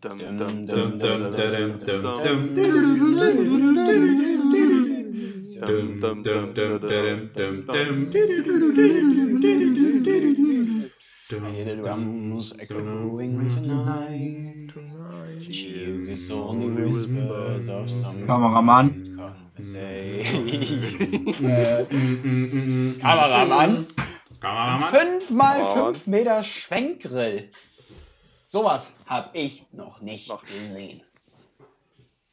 Dum, Dum, dum, dum, dum, dum, dum, dum, dum, dum, dum, dum, dum, dum, dum. Hear the drums echoing tonight. She is only whispers of some Kameramann. conversation. Äh, Kameramann. Kameramann? 5 mal 5 Meter Schwenkgrill. Sowas habe ich noch nicht Noch nicht. gesehen.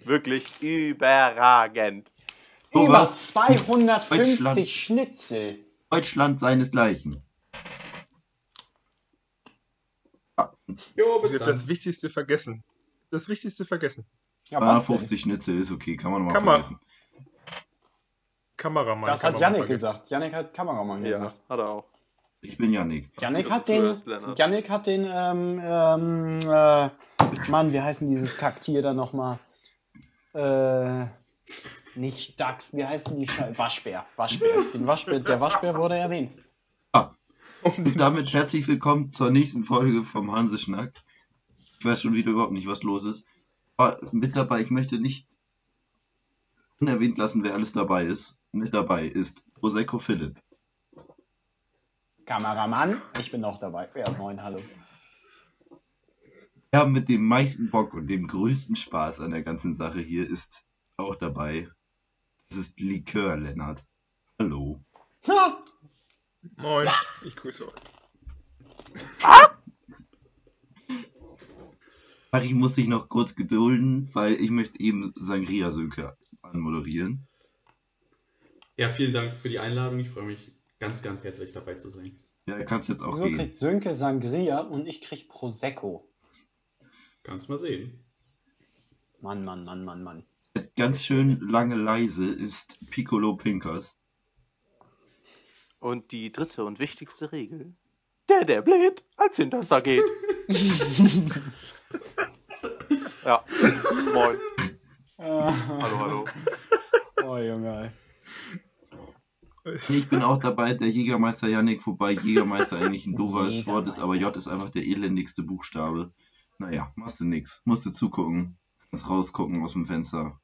Wirklich überragend. So Über was 250 Deutschland. Schnitzel. Deutschland seinesgleichen. Jo, Ich bis habe dann. das Wichtigste vergessen. Das Wichtigste vergessen. Ja, Ah, was denn? 50 Schnitzel ist okay, kann man nochmal Kann man. vergessen. Kameramann. Das kann hat man Yannick vergessen. gesagt. Yannick hat Kameramann Ja, gesagt. hat er auch. Ich bin Janik. Yannick dass hat, du den, zuhörst, Lennart. Yannick hat den, ähm, ähm, äh, Mann, wie heißen dieses Kaktier da nochmal? Äh, nicht Dachs, wie heißen die? Sche Waschbär, Waschbär. Den Waschbär. Der Waschbär wurde erwähnt. Und damit herzlich willkommen zur nächsten Folge vom Hanseschnack. Ich weiß schon wieder überhaupt nicht, was los ist. Aber mit dabei, ich möchte nicht unerwähnt lassen, wer alles dabei ist. Mit dabei ist Prosecco Philipp, Kameramann, ich bin auch dabei. Ja, moin, hallo. der mit dem meisten Bock und dem größten Spaß an der ganzen Sache hier ist auch dabei. Das ist Likör, Lennart. Hallo. Ha! Moin. Ich grüße euch. Harry muss sich noch kurz gedulden, weil ich möchte eben Sangria Sönke anmoderieren. Ja, vielen Dank für die Einladung. Ich freue mich ganz, ganz herzlich dabei zu sein. Ja, er kann es jetzt auch So gehen. kriegt Sönke Sangria und ich krieg Prosecco. Kannst mal sehen. Mann, Mann, Mann, Mann, Mann. Jetzt ganz schön lange leise ist Piccolo Pinkers. Und die dritte und wichtigste Regel. Der, der bläht, als Hinterster geht. ja. Moin. Hallo, hallo. Ah. oh, Junge. Ich bin auch dabei, der Jägermeister Yannick, wobei Jägermeister eigentlich ein doofes Jägermeister. Wort ist, aber J ist einfach der elendigste Buchstabe. Naja, machst du nix. Musst du zugucken. Kannst rausgucken aus dem Fenster.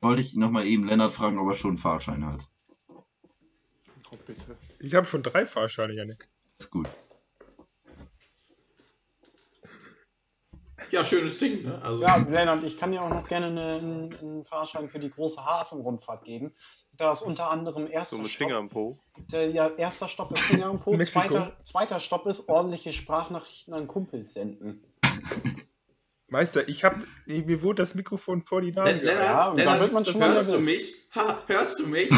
Wollte ich nochmal eben Lennart fragen, ob er schon einen Fahrschein hat. Oh, bitte. Ich habe schon drei Fahrscheine, Janik. Ist gut. Ja, schönes Ding, ne? Also, Ja, Lennart, ich kann dir auch noch gerne eine, einen, einen Fahrschein für die große Hafenrundfahrt geben. Da ist unter anderem erster So mit Stopp. Finger im Po. Der, Äh, ja, erster Stopp ist Finger im Po. Mexiko. Zweiter, zweiter Stopp ist ordentliche Sprachnachrichten an Kumpels senden. Meister, ich hab. Mir wurde das Mikrofon vor die Nase. Len- gehalten. Ja, Lennart, und da wird man Lennart, schon mal hörst du nervös. mich? Ha, hörst du mich?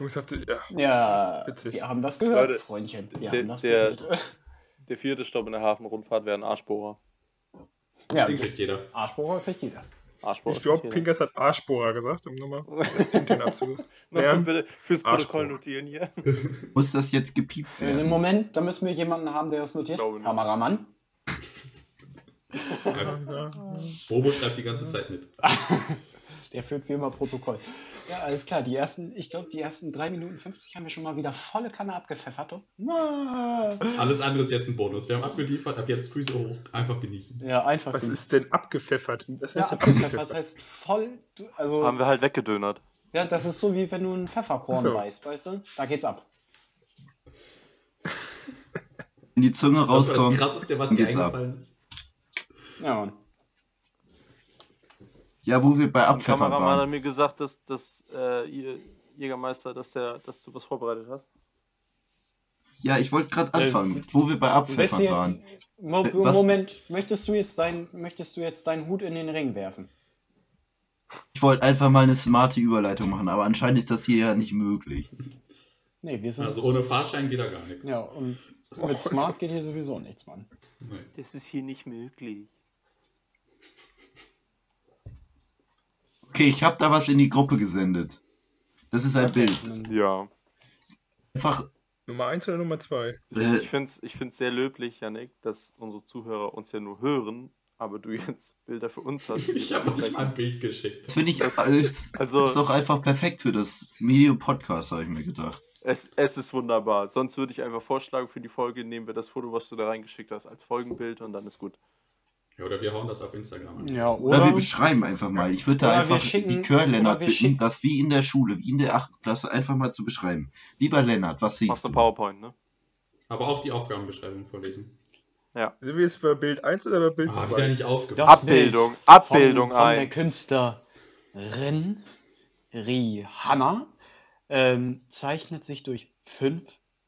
Jungs, habt ihr- ja. Ja, Witzig. wir haben das gehört, Leute, Freundchen. Wir der- haben das der- gehört. Der vierte Stopp in der Hafenrundfahrt wäre ein Arschbohrer. Ja, Den kriegt jeder. Arschbohrer kriegt jeder. Arschbohrer. Ich glaube, ist nicht Pinkers hat Arschbohrer gesagt, um nochmal das intern abzu. jeder. Ja. Nochmal bitte fürs Protokoll Arschbohrer. notieren hier. Muss das jetzt gepiept Äh, werden? Moment, da müssen wir jemanden haben, der das notiert. Glaube nicht. Kameramann. Bobo schreibt die ganze Zeit mit. Der führt wie immer Protokoll. Ja, alles klar. Die ersten, ich glaube, die ersten 3 Minuten 50 haben wir schon mal wieder volle Kanne abgepfeffert. Oh, und- Alles andere ist jetzt ein Bonus. Wir haben abgeliefert, ab jetzt Füße hoch, einfach genießen. Ja, einfach. Was die- ist denn abgepfeffert? Das ja, heißt ja, abgepfeffert abgepfeffert. heißt voll. du- Also, Haben wir halt weggedönert. ja, das ist so wie wenn du einen Pfefferkorn Ach so. beißt, weißt du? Da geht's ab. Wenn die Zunge Das war das rauskommt, Krasseste, was dann dir geht's ab. eingefallen ist. Ja, Mann. Ja, wo wir bei Ein Abpfeffern Kameramann waren. hat mir gesagt, dass, dass äh, ihr Jägermeister, dass, der, dass du was vorbereitet hast. Ja, ich wollte gerade Äh, anfangen, wo wir bei Willst du Abpfeffern jetzt, waren. Mo Äh, was- Moment, möchtest du, jetzt dein, möchtest du jetzt deinen Hut in den Ring werfen? Ich wollte einfach mal eine smarte Überleitung machen, aber anscheinend ist das hier ja nicht möglich. Nee, wir sind. Also ohne Fahrschein geht da gar nichts. ja, und mit Smart geht hier sowieso nichts, Mann. Nee. Das ist hier nicht möglich. Okay, ich habe da was in die Gruppe gesendet. Das ist ein Bild. Ja. Einfach, Nummer 1 oder Nummer 2? Ich, Äh. ich finde es ich find's sehr löblich, Janik, dass unsere Zuhörer uns ja nur hören, aber du jetzt Bilder für uns hast. die Ich wir habe euch mal besprechen. ein Bild geschickt. Das finde ich alles, Also- ist doch einfach perfekt für das Medium-Podcast, habe ich mir gedacht. es, es ist wunderbar. Sonst würde ich einfach vorschlagen, für die Folge nehmen wir das Foto, was du da reingeschickt hast, als Folgenbild und dann ist gut. Ja, oder wir hauen das auf Instagram an. Ja, Oder, oder? wir beschreiben einfach mal. Ich würde da Oder wir einfach schicken- die Kör oder Lennart wir bitten, schicken- das wie in der Schule, wie in der 8. Klasse einfach mal zu beschreiben. Lieber Lennart, was siehst Machst du du? PowerPoint, ne? Aber auch die Aufgabenbeschreibung vorlesen. Sind wir jetzt bei Bild 1 oder bei Bild Ah, 2? wieder nicht aufgepasst. Das Abbildung, Bild Abbildung von, von der eins. Künstlerin Rihanna ähm, zeichnet sich durch fünf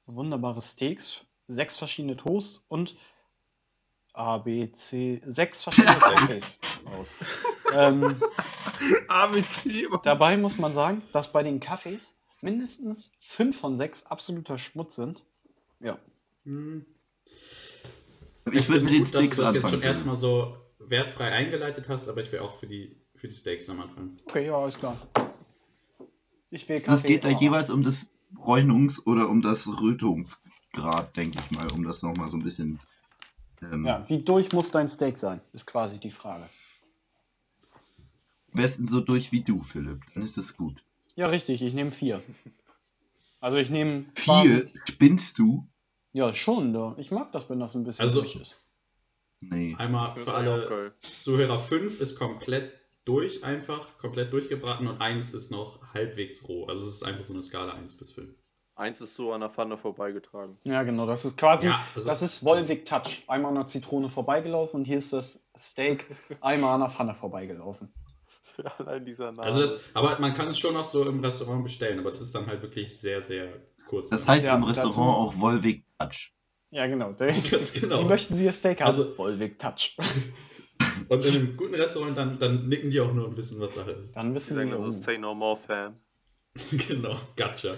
wunderbare Steaks, sechs verschiedene Toasts und A, B, C, sechs verschiedene Cafés aus. Ähm, Ah, ABC. Dabei muss man sagen, dass bei den Kaffees mindestens fünf von sechs absoluter Schmutz sind. Ja. Hm. Ich würde find's mit den gut, dass Sticks du das jetzt anfangen. schon können. erstmal so wertfrei eingeleitet hast, aber ich wäre auch für die, für die Steaks am Anfang. Okay, ja, alles klar. Ich will Das Kaffee. geht da ja. jeweils um das Bräunungs- oder um das Rötungsgrad, denke ich mal, um das nochmal so ein bisschen. Ähm, Ja, wie durch muss dein Steak sein, ist quasi die Frage. Am besten so durch wie du, Philipp. Dann ist es gut. Ja, richtig, ich nehme vier. Also ich nehme Vier, spinnst du? Ja, schon, da. Ich mag das, wenn das ein bisschen Also- durch ist. Nee. Einmal Das für ist eigentlich auch alle geil. Zuhörer 5 ist komplett durch, einfach komplett durchgebraten und 1 ist noch halbwegs roh. Also es ist einfach so eine Skala 1 bis 5. Eins ist so an der Pfanne vorbeigetragen. Ja, genau, das ist quasi, Ja, also- das ist Wolvik Touch. Einmal an der Zitrone vorbeigelaufen und hier ist das Steak einmal an der Pfanne vorbeigelaufen. Allein dieser Name. Also das, aber man kann es schon noch so im Restaurant bestellen, aber das ist dann halt wirklich sehr, sehr kurz. Das heißt Ja, im dazu- Restaurant auch Wolwig Touch. Ja, genau. Der, ganz Wie genau. möchten Sie Ihr Steak haben? Also- Vollweg Touch. Und in einem guten Restaurant, dann, dann nicken die auch nur und wissen, was Sache ist. Dann Sie wissen Sie, sagen also, oh, say no more, Fan. genau, gotcha.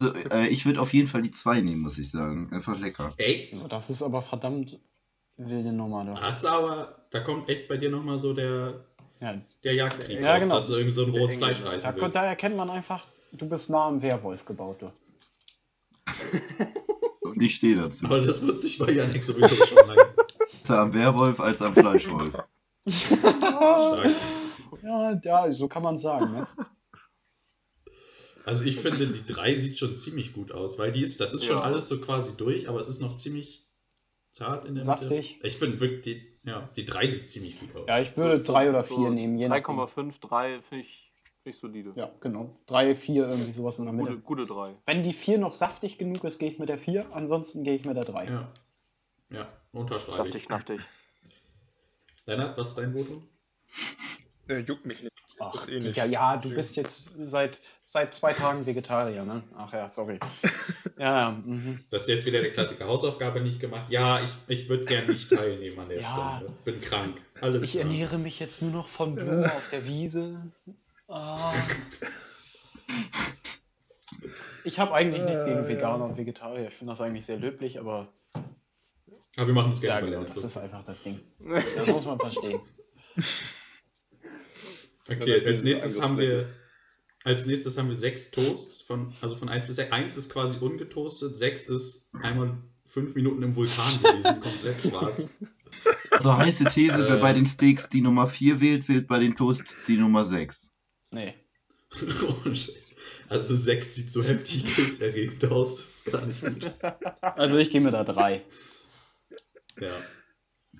So, äh, ich würde auf jeden Fall die zwei nehmen, muss ich sagen. Einfach lecker. Echt? so, das ist aber verdammt wilde Nummer da. Hast du aber, da kommt echt bei dir nochmal so der, Ja, der Jagdtrieb Ja, raus, genau. dass du irgendwie so ein Der rohes Engel. Fleisch da, reißen willst. da erkennt man einfach, du bist nah am Werwolf gebaut. Du. Und ich stehe dazu. Aber das wusste ich bei Janik sowieso schon lange. Besser am Werwolf als am Fleischwolf. Stark. Ja, ja, so kann man sagen. Ne? Also ich finde, die 3 sieht schon ziemlich gut aus, weil die ist, das ist schon Ja. alles so quasi durch, aber es ist noch ziemlich zart in der Saftig. Mitte. Ich finde wirklich, die, ja, die 3 sieht ziemlich gut aus. Ja, ich würde So- drei oder so vier nehmen. Je nachdem. 3,5, 3 finde ich, find ich solide. Ja, genau. Drei, vier, irgendwie sowas in der Gute, Mitte. gute 3. Wenn die vier noch saftig genug ist, gehe ich mit der vier. Ansonsten gehe ich mit der drei. ja. Ja, unterschreibe Saftig, ich. knaftig. Lennart, was ist dein Votum? Äh, juckt mich nicht. Das Ach, ist eh nicht. Digga, ja, du bist jetzt seit, seit zwei Tagen Vegetarier, ne? Ach ja, sorry. Ja, mhm. Das ist jetzt wieder der Klassiker Hausaufgabe nicht gemacht. Ja, ich, ich würde gern nicht teilnehmen an der Ja. Stunde. Bin krank. Alles Ich krank. ernähre mich jetzt nur noch von Blumen auf der Wiese. Ah. Ich habe eigentlich nichts gegen Veganer und Vegetarier. Ich finde das eigentlich sehr löblich, aber Aber wir machen uns ja, gerne genau, bei Lennart. das ist einfach das Ding. Das muss man verstehen. Okay, als nächstes Angriffsfläche. haben wir als nächstes haben wir sechs Toasts von also von 1 bis 6. 1 ist quasi ungetoastet, 6 ist einmal fünf Minuten im Vulkan gewesen, komplett schwarz. Also heiße These, wer Äh. bei den Steaks die Nummer 4 wählt, wählt bei den Toasts die Nummer 6. Nee. also 6 sieht so heftig krebserregend aus, das ist gar nicht gut. Also ich gehe mir da drei. Ja.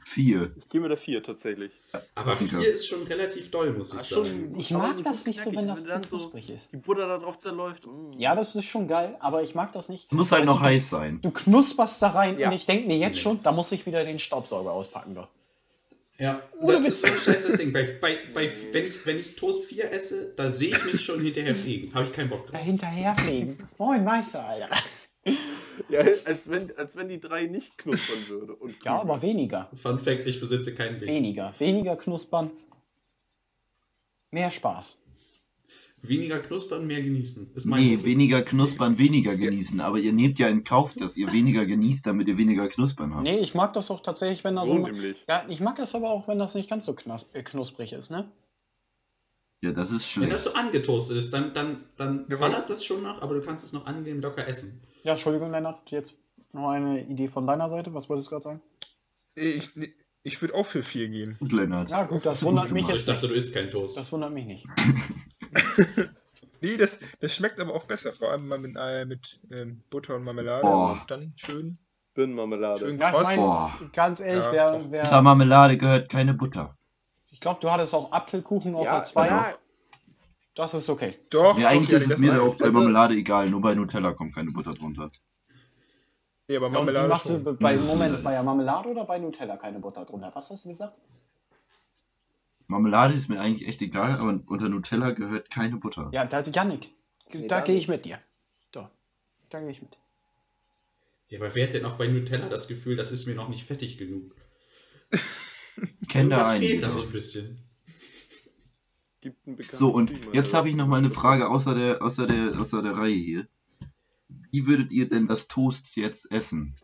4. Ich gehe mit der 4 tatsächlich. Aber Ja. 4 ist schon relativ doll, muss ich Ah, sagen. schon- Ich aber mag so das nicht so, knackig, wenn das zu ne? dann so knusprig ist. Die Butter da drauf zerläuft. mm. Ja, das ist schon geil, aber ich mag das nicht. Muss halt Weißt noch du, heiß sein. Du knusperst da rein Ja. und ich denke mir jetzt Nee. schon, da muss ich wieder den Staubsauger auspacken. Doch. Ja, Ohne das Witz. ist so ein scheiß das Ding. Bei, bei, bei, wenn, ich, wenn ich Toast 4 esse, da sehe ich mich schon hinterher fliegen. Habe ich keinen Bock Da drauf. hinterherfliegen. Moin, Meister, Alter. Ja, als wenn, als wenn die 3 nicht knuspern würde. Und Ja, aber weniger. Fun Fact, ich besitze keinen Gesicht. Weniger. Weniger knuspern. Mehr Spaß. Weniger knuspern, mehr genießen. Ist mein Nee, Motto. weniger knuspern, weniger genießen. Aber ihr nehmt ja in Kauf, dass ihr weniger genießt, damit ihr weniger knuspern habt. Nee, ich mag das auch tatsächlich, wenn so das so. nämlich. Ja, ich mag das aber auch, wenn das nicht ganz so knas äh, knusprig ist, ne? Ja, das ist Wenn schlecht. das so angetoastet ist, dann, dann, dann Wir ballert das schon noch, aber du kannst es noch angenehm locker essen. Ja, Entschuldigung, Lennart, jetzt noch eine Idee von deiner Seite. Was wolltest du gerade sagen? Ich, ne, Ich würde auch für vier gehen. Gut, Lennart. Ja, gut, das Hast du gut wundert mich gemacht. Also ich jetzt dachte, nicht. du isst keinen Toast. Das wundert mich nicht. Nee, das, das schmeckt aber auch besser. Vor allem mal mit, äh, mit ähm, Butter und Marmelade. Boah. Und dann schön, schön Birnenmarmelade. Ja, ich kross. mein- Boah, Ganz ehrlich, Ja, wer, unter wer, Marmelade gehört keine Butter. ich glaube, du hattest auch Apfelkuchen auf Ja, der 2. ja. Das ist okay. Doch, Ja, eigentlich doch, ist das es mir mag auch ich. bei Marmelade egal, nur bei Nutella kommt keine Butter drunter. Nee, aber Ja, Und die Marmelade machst du schon. be- bei, Das ist Moment, egal. bei der Marmelade oder bei Nutella keine Butter drunter? Was hast du gesagt? Marmelade ist mir eigentlich echt egal, aber unter Nutella gehört keine Butter. Ja, da, Janik, Nee, da da gehe nicht. ich mit dir. Da, da gehe ich mit. Ja, aber wer hat denn auch bei Nutella das Gefühl, das ist mir noch nicht fettig genug? Ich kenne da Irgendwas fehlt einige. da so ein bisschen. Gibt einen bekannten So, und Streamer, jetzt der- habe ich nochmal eine Frage außer der, außer, der, außer der Reihe hier. Wie würdet ihr denn das Toast jetzt essen?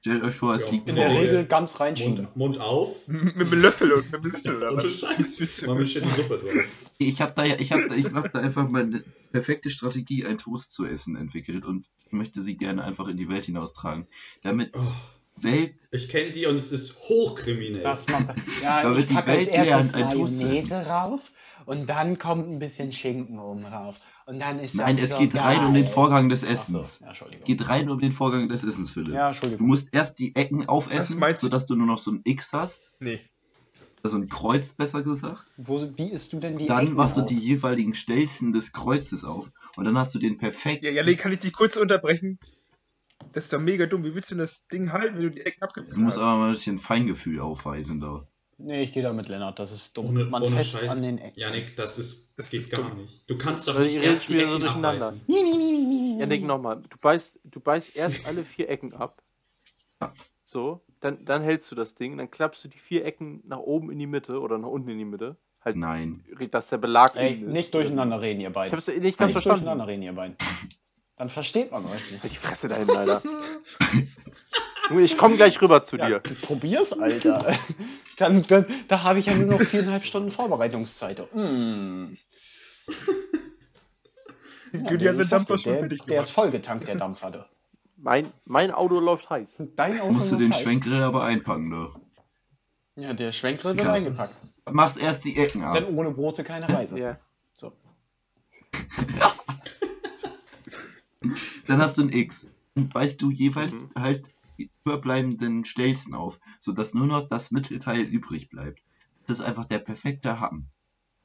Stellt euch vor, es Ja, liegt in In der der Nee. vor. Regel Regel ganz reinschieben. Mund, Mund auf. M- Mit einem Löffel, und- mit einem Löffel Oh, oder Ohne was? Scheiß. Was willst du Mal mit? ein bisschen Suppe drauf. Ich habe da, ja- ich hab da, ich hab da einfach meine perfekte Strategie, ein Toast zu essen, entwickelt und ich möchte sie gerne einfach in die Welt hinaustragen. Damit Oh, Welt, ich kenne die und es ist hochkriminell. Das macht er. Ja, Da wird ich die packe als Welt lernen, erstes ein Toast zu Mayonnaise rauf und dann kommt ein bisschen Schinken oben rauf. Und dann ist nein, das es so geht geil. rein um den Vorgang des Ach so, Essens. ja, Entschuldigung. Es geht rein um den Vorgang des Essens, Philipp. ja, Du Entschuldigung. musst erst die Ecken aufessen, Was meinst du? sodass du nur noch so ein X hast, Nee. also ein Kreuz besser gesagt. Wo, wie isst du denn die Dann Ecken machst du auf? die jeweiligen Stelzen des Kreuzes auf und dann hast du den perfekt. Ja, Janik, kann ich dich kurz unterbrechen? Das ist doch mega dumm. Wie willst du denn das Ding halten, wenn du die Ecken Du abgebissen musst hast? aber mal ein bisschen Feingefühl aufweisen da. Nee, ich gehe da mit Lennart, das ist dumm. Ohne, Man ohne fest Scheiß. an den Ecken. Janik, das ist Das geht ist gar dumm. nicht. Du kannst doch Also, nicht ihr redet erst die wieder so Ecken durcheinander. abreißen. Ja, Mhm. denk nochmal. Du beißt, du beißt erst alle vier Ecken ab. So, dann, dann hältst du das Ding, dann klappst du die vier Ecken nach oben in die Mitte oder nach unten in die Mitte. Halt, Nein. dass der Belag Ey, innen ist. nicht durcheinander reden, ihr Ich beiden. hab's nicht ganz Nicht durcheinander verstanden. reden, ihr beiden. Dann versteht man euch Halt die nicht. Fresse dahin, leider. ich komm gleich rüber zu Ja, dir. probier's, Alter. Dann, dann, da habe ich ja nur noch viereinhalb Stunden Vorbereitungszeit. Mm. Die Ja, Güdi hat wie den gesagt, Dampfer schon der, fertig Der ist gemacht. vollgetankt, der Dampfer. du. Mein, mein Auto läuft heiß. Dein Auto Du musst du den heiß. Schwenkgrill aber einpacken da. Ja, der Schwenkgrill wird Krass. eingepackt. Machst erst die Ecken ab. Denn ohne Brote keine Reise. Ja. So. Dann hast du ein X. Dann beißt du jeweils Mhm. halt die überbleibenden Stelzen auf, sodass nur noch das Mittelteil übrig bleibt. Das ist einfach der perfekte Happen.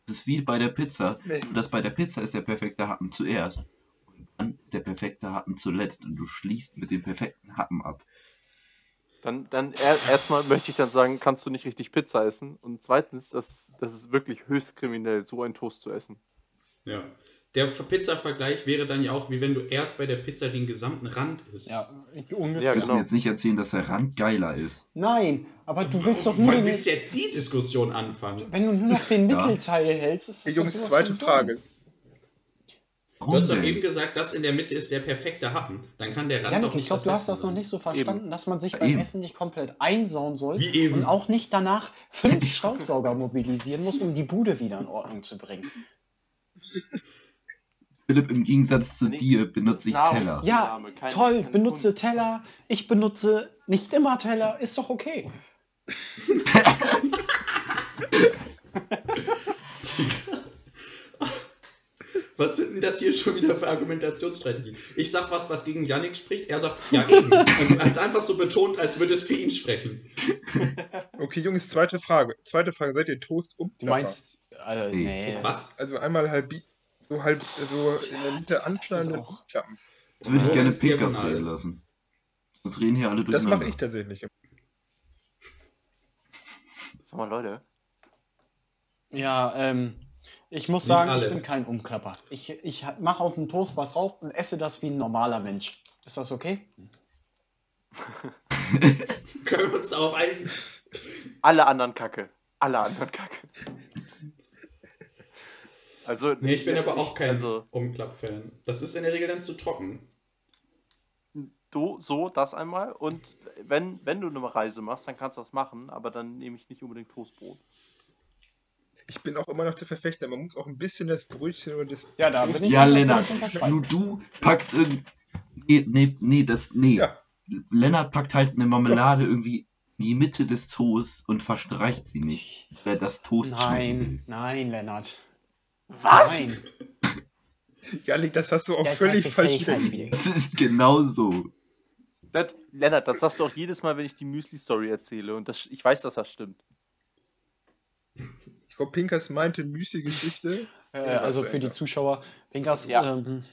Das ist wie bei der Pizza. Nee. Und das bei der Pizza ist der perfekte Happen zuerst. Und dann der perfekte Happen zuletzt. Und du schließt mit dem perfekten Happen ab. Dann, dann er, erstmal möchte ich dann sagen, kannst du nicht richtig Pizza essen. Und zweitens, das, das ist wirklich höchst kriminell, so einen Toast zu essen. Ja. Der Pizza-Vergleich wäre dann ja auch, wie wenn du erst bei der Pizza den gesamten Rand isst. Ja, ich- ungefähr. Ja, Kannst du genau. mir jetzt nicht erzählen, dass der Rand geiler ist. Nein, aber du willst doch nur Wann den, willst du jetzt die Diskussion anfangen? wenn du nur noch den Ja. Mittelteil hältst, ist das Hey, doch Jungs, sowas zweite von dumm. Frage. Du Warum hast doch eben denn? gesagt, das in der Mitte ist der perfekte Happen. Dann kann der Rand Janik, doch nicht ich glaube, du hast Beste das noch sein. nicht so verstanden, dass man sich beim eben. Essen nicht komplett einsauen soll Wie eben. und auch nicht danach fünf Staubsauger mobilisieren muss, um die Bude wieder in Ordnung zu bringen. Philipp, im Gegensatz zu Nee, dir benutze ich das ist Teller. Nahrungs- Ja, Name, keine- toll, keine benutze Kunst. Teller, ich benutze nicht immer Teller, ist doch okay. Was sind denn das hier schon wieder für Argumentationsstrategien? Ich sag was, was gegen Yannick spricht, er sagt ja eben. Und hat es einfach so betont, als würde es für ihn sprechen. Okay, Jungs, zweite Frage. Zweite Frage. Seid ihr Toast und Du Klapper? meinst, äh, Nee. nee, Was? Also einmal halb, so halb, so in der Mitte anschneiden Das und ist auch- umklappen. Jetzt würde ich Ja, gerne wenn's diagonal Pinkas reden ist. lassen. Sonst reden hier alle Das durcheinander. mache ich tatsächlich. Sag mal, Leute. Ja, ähm, ich muss Nicht sagen, alle. ich bin kein Umklapper. Ich, ich mache auf den Toast was drauf und esse das wie ein normaler Mensch. Ist das okay? Können wir uns darauf einigen? Alle anderen Kacke. Alle anderen Kacke. Also, Nee, ich bin aber auch kein Also, Umklapp-Fan. Das ist in der Regel dann zu trocken. du, so, das einmal. Und wenn, wenn du eine Reise machst, dann kannst du das machen, aber dann nehme ich nicht unbedingt Toastbrot. Ich bin auch immer noch der Verfechter. Man muss auch ein bisschen das Brötchen und das. Ja, da bin ich. Ja, da bin Lennart, ich unterschreiben. du, du packst irgendwie. Nee, nee, nee, das. Nee. Ja. Lennart packt halt eine Marmelade irgendwie die Mitte des Toasts und verstreicht sie nicht, weil das Toast schmecken will. Nein, nein, Lennart. Was? Nein. Janik, das hast du auch Das völlig hat die falsch Fähigkeit wiedergegeben. wieder. Das ist genau so. Das, Lennart, das sagst du auch jedes Mal, wenn ich die Müsli-Story erzähle. Und das, ich weiß, dass das stimmt. Ich glaube, Pinkers meinte Müsi-Geschichte. Äh, also für die Zuschauer, Pinkers Ja. ähm,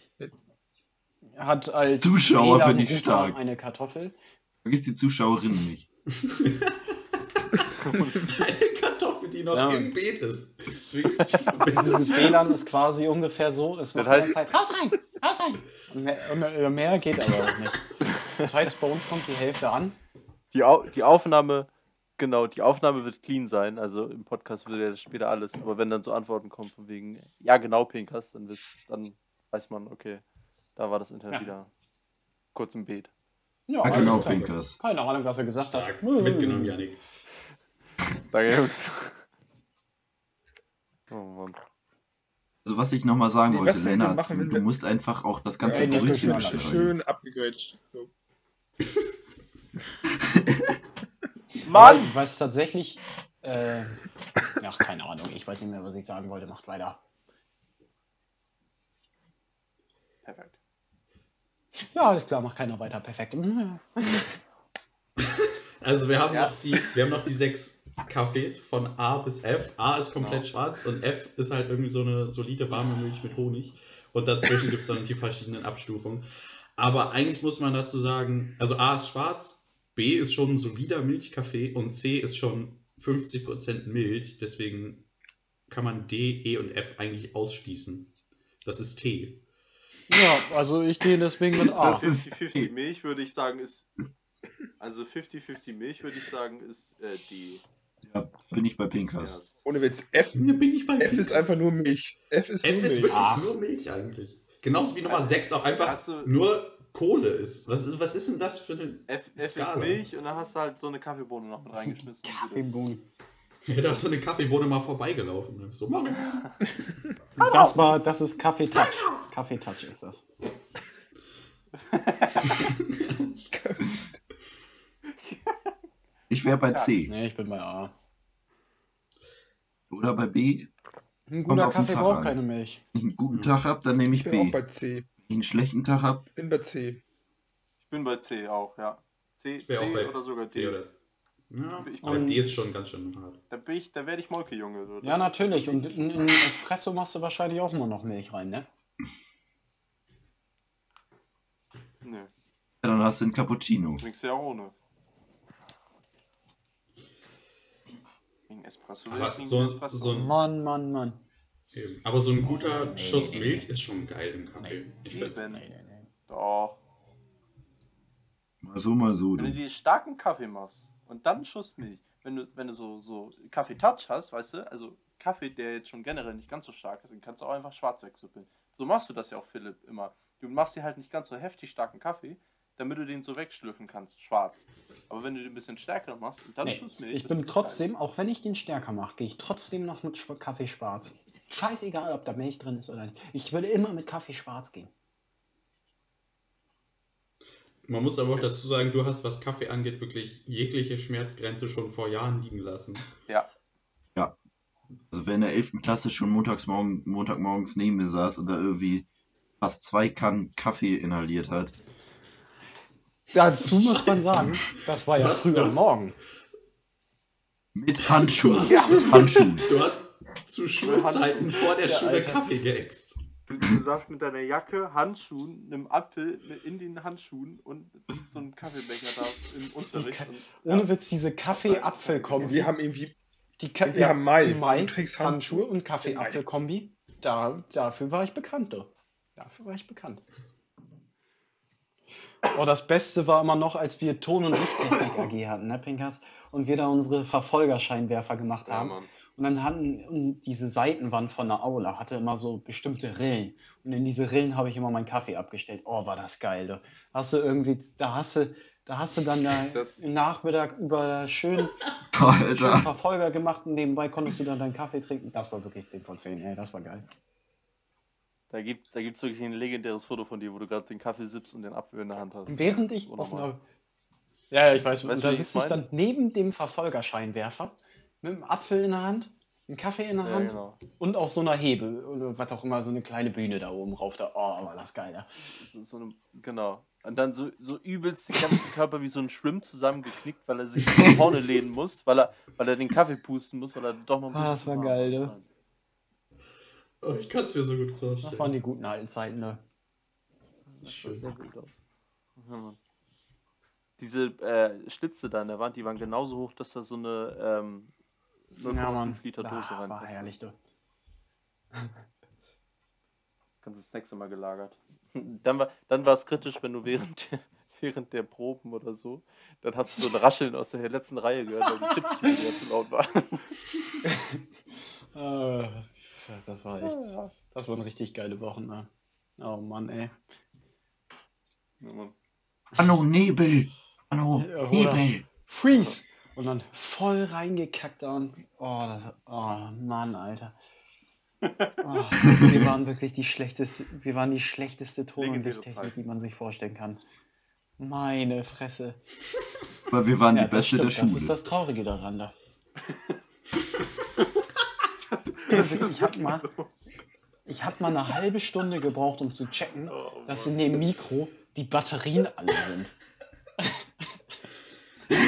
hat als Zuschauer WLAN-Router bin ich stark. eine Kartoffel. Vergiss die Zuschauerinnen nicht. Eine Kartoffel, die noch Ja. im Beet ist. Deswegen ist sie Dieses WLAN ist quasi ungefähr so, es macht Das heißt- die ganze Zeit raus rein, raus rein. Und mehr, und mehr- mehr geht aber auch nicht. Das heißt, bei uns kommt die Hälfte an. Die, Au die Aufnahme, genau, die Aufnahme wird clean sein. Also im Podcast wird ja später alles. Aber wenn dann so Antworten kommen von wegen, ja genau, Pinkas, dann, wisst- dann weiß man, okay, da war das Internet Ja. wieder kurz im Beet. Ja, Ah, alles genau, klar. Pinkers. Keine Ahnung, was er gesagt stark hat. mitgenommen, Janik. Danke, Jungs. Oh Mann. Also was ich nochmal sagen Nee, was wollte, wir denn Lennart, machen, du, wenn du wir- musst einfach auch das Ja, ganze Ey, das ist Brötchen schön, schon schön, bestellen. schön abgegrätscht. So. Mann! Was Hm. tatsächlich. Äh, ach, keine Ahnung, ich weiß nicht mehr, was ich sagen wollte. Macht weiter. Perfekt. Ja, alles klar, macht keiner weiter. Perfekt. Mhm. Also wir haben, Ja. noch die, wir haben noch die sechs Kaffees von A bis F. A ist komplett schwarz und F ist halt irgendwie so eine solide warme Milch mit Honig. Und dazwischen gibt es dann die verschiedenen Abstufungen. Aber eigentlich muss man dazu sagen, also A ist schwarz, B ist schon ein solider Milchkaffee und C ist schon 50% Milch. Deswegen kann man D, E und F eigentlich ausschließen. Das ist Tee. Ja, also ich gehe deswegen mit A. 50-50 Milch würde ich sagen ist. Also 50-50 Milch würde ich sagen ist äh, die Ja, bin ich bei Pinkers. erst. Ohne Witz, F, Da bin ich bei F ist einfach nur Milch. F ist F nur ist Milch. wirklich Ach. nur Milch eigentlich. Genauso wie Nummer Also, 6 auch einfach hast du- nur Kohle ist. Was, ist- was ist denn das für eine. F, F ist Skala. Milch und dann hast du halt so eine Kaffeebohne noch mit reingeschmissen. Kaffeebohnen. Ja, da ist so eine Kaffeebohne mal vorbeigelaufen. Und So, Moment. Das war, das ist Kaffeetouch. Kaffeetouch ist das. Ich wäre bei C Nee, ich bin bei A. oder bei B. Ein Kommt guter auf den Kaffee Tag braucht an. keine Milch. Wenn ich einen guten Tag habe, dann nehme ich Hm. Ich B. bin auch Wenn bei C. ich einen schlechten Tag habe, Bin bei C. Ich bin bei C auch, ja. C, wär auch C bei oder sogar D. D oder. Ja, Ich aber bin- D ist schon ganz schön hart. Da, bin ich, da werde ich Molke, Junge. So, Ja, das- natürlich. Und in, in Espresso machst du wahrscheinlich auch immer noch Milch rein, ne? Nö, ja, dann hast du einen Cappuccino. trinkst du ja auch ohne. Wegen Espresso. will ich Aber trinken, so- Espresso. so ein- Mann, Mann, Mann. Eben. Aber so ein Oh, guter Nee, Schuss nee, Milch ist schon geil im Kaffee. Nee. Ich find, Eben. Nee, nee, nee. Doch. Mal so, mal so. Wenn du Du. dir starken Kaffee machst und dann einen Schuss Milch, wenn du, wenn du so, so Kaffee-Touch hast, weißt du, also Kaffee, der jetzt schon generell nicht ganz so stark ist, dann kannst du auch einfach schwarz wegsuppeln. So machst du das ja auch, Philipp, immer. Du machst dir halt nicht ganz so heftig starken Kaffee, damit du den so wegschlürfen kannst, schwarz. Aber wenn du den ein bisschen stärker machst und dann Nee, einen Schuss Milch. Ich das bin ist trotzdem, auch wenn ich den stärker mache, gehe ich trotzdem noch mit Schw- Kaffee schwarz. Scheißegal, ob da Milch drin ist oder nicht. Ich würde immer mit Kaffee schwarz gehen. Man muss aber auch dazu sagen, du hast, was Kaffee angeht, wirklich jegliche Schmerzgrenze schon vor Jahren liegen lassen. Also wenn in der 11. Klasse schon montags morgen, Montagmorgens neben mir saß und da irgendwie fast zwei Kannen Kaffee inhaliert hat. Dazu muss man sagen, das war ja Was ist früher das? Morgen. Mit Handschuhen. Ja. Mit Handschuhen. Du hast zu Schulzeiten vor der, Der Schule Alter. Kaffee geäxt. geil. Du, du saßt mit deiner Jacke, Handschuhen, einem Apfel mit- in den Handschuhen und mit so einem Kaffeebecher da im Unterricht. Und, Ohne Witz, diese Kaffee-Apfel-Kombi. Wir haben irgendwie die Ka wir haben Mai. Mai Du trägst Handschuhe Handschuhe. und Kaffee-Apfel-Kombi. Da, dafür war ich bekannt, du. Dafür war ich bekannt. Oh, das Beste war immer noch, als wir Ton- und Lichttechnik AG hatten, ne, Pinkas? Und wir da unsere Verfolgerscheinwerfer gemacht ja, haben. Mann. Und dann hatten und diese Seitenwand von der Aula hatte immer so bestimmte Rillen. Und in diese Rillen habe ich immer meinen Kaffee abgestellt. Oh, war das geil. Du. Hast du irgendwie, da hast du, da hast du dann da Das- im Nachmittag über schön, schön Alter. Verfolger gemacht und nebenbei konntest du dann deinen Kaffee trinken. Das war wirklich 10 von 10, ey, das war geil. Da gibt es wirklich ein legendäres Foto von dir, wo du gerade den Kaffee sippst und den Apfel in der Hand hast. Und während ich Das ist auf unnormal. einer, Ja, ja, ich weiß. Weißt und du, da wie ich sitze ich meine? dann neben dem Verfolgerscheinwerfer mit einem Apfel in der Hand, einem Kaffee in der Ja, Hand genau. und auf so einer Hebel oder was auch immer, so eine kleine Bühne da oben rauf. Da. Oh, war das geil. Ja. So, so eine, genau. Und dann so, so übelst den ganzen Körper wie so ein Schwimm zusammengeknickt, weil er sich nach vorne lehnen muss, weil er, weil er den Kaffee pusten muss, weil er doch noch ein Ah, das war geil, warm ne? sein. Oh, ich kann es mir so gut Das vorstellen. waren die guten alten Zeiten. Ne? Das sah sehr gut aus. Ja, Mann. Diese äh, Schlitze da an der Wand, die waren genauso hoch, dass da so eine ähm, 0,5 Liter Ah, Dose war reinpasst. herrlich. Du. ganze Snacks immer gelagert. Dann war, dann war es kritisch, wenn du während der, während der Proben oder so, dann hast du so ein Rascheln aus der letzten Reihe gehört, weil die Chips wieder zu laut waren. Äh, das war echt. Das waren richtig geile Wochen. Ne? Oh Mann, ey. Ja, Mann. Anno Nebel! Anno Ja, oder- Nebel! Freeze! Und dann voll reingekackt da und. Oh, das, oh Mann, Alter. Oh, wir waren wirklich die schlechteste, wir waren die schlechteste Ton- und Legendäre Lichttechnik, Zeit. die man sich vorstellen kann. Meine Fresse. Weil wir waren Ja, die Beste der das stimmt, Schule. Das ist das Traurige daran da. ich hab mal, ich hab mal eine halbe Stunde gebraucht, um zu checken, Oh, dass in dem Mikro die Batterien alle sind. Das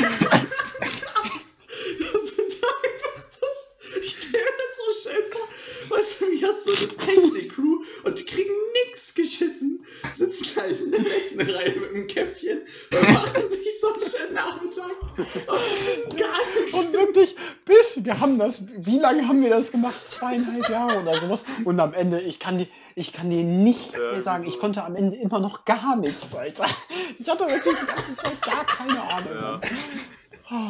ist einfach das. Ich stelle mir das so schön vor. Weißt du, wie hat so eine Technik-Crew und die kriegen nix geschissen, sitzen halt in der letzten Reihe mit dem Käffchen und machen sich so einen schönen Nachmittag und kriegen gar nichts. Und wirklich, bis wir haben das, wie lange haben wir das gemacht? Zweieinhalb Jahre oder sowas. Und am Ende, ich kann dir, ich kann dir nichts Ja, mehr sagen. wieso? Ich konnte am Ende immer noch gar nichts, Alter. Ich hatte wirklich die ganze Zeit gar keine Ahnung. Ja.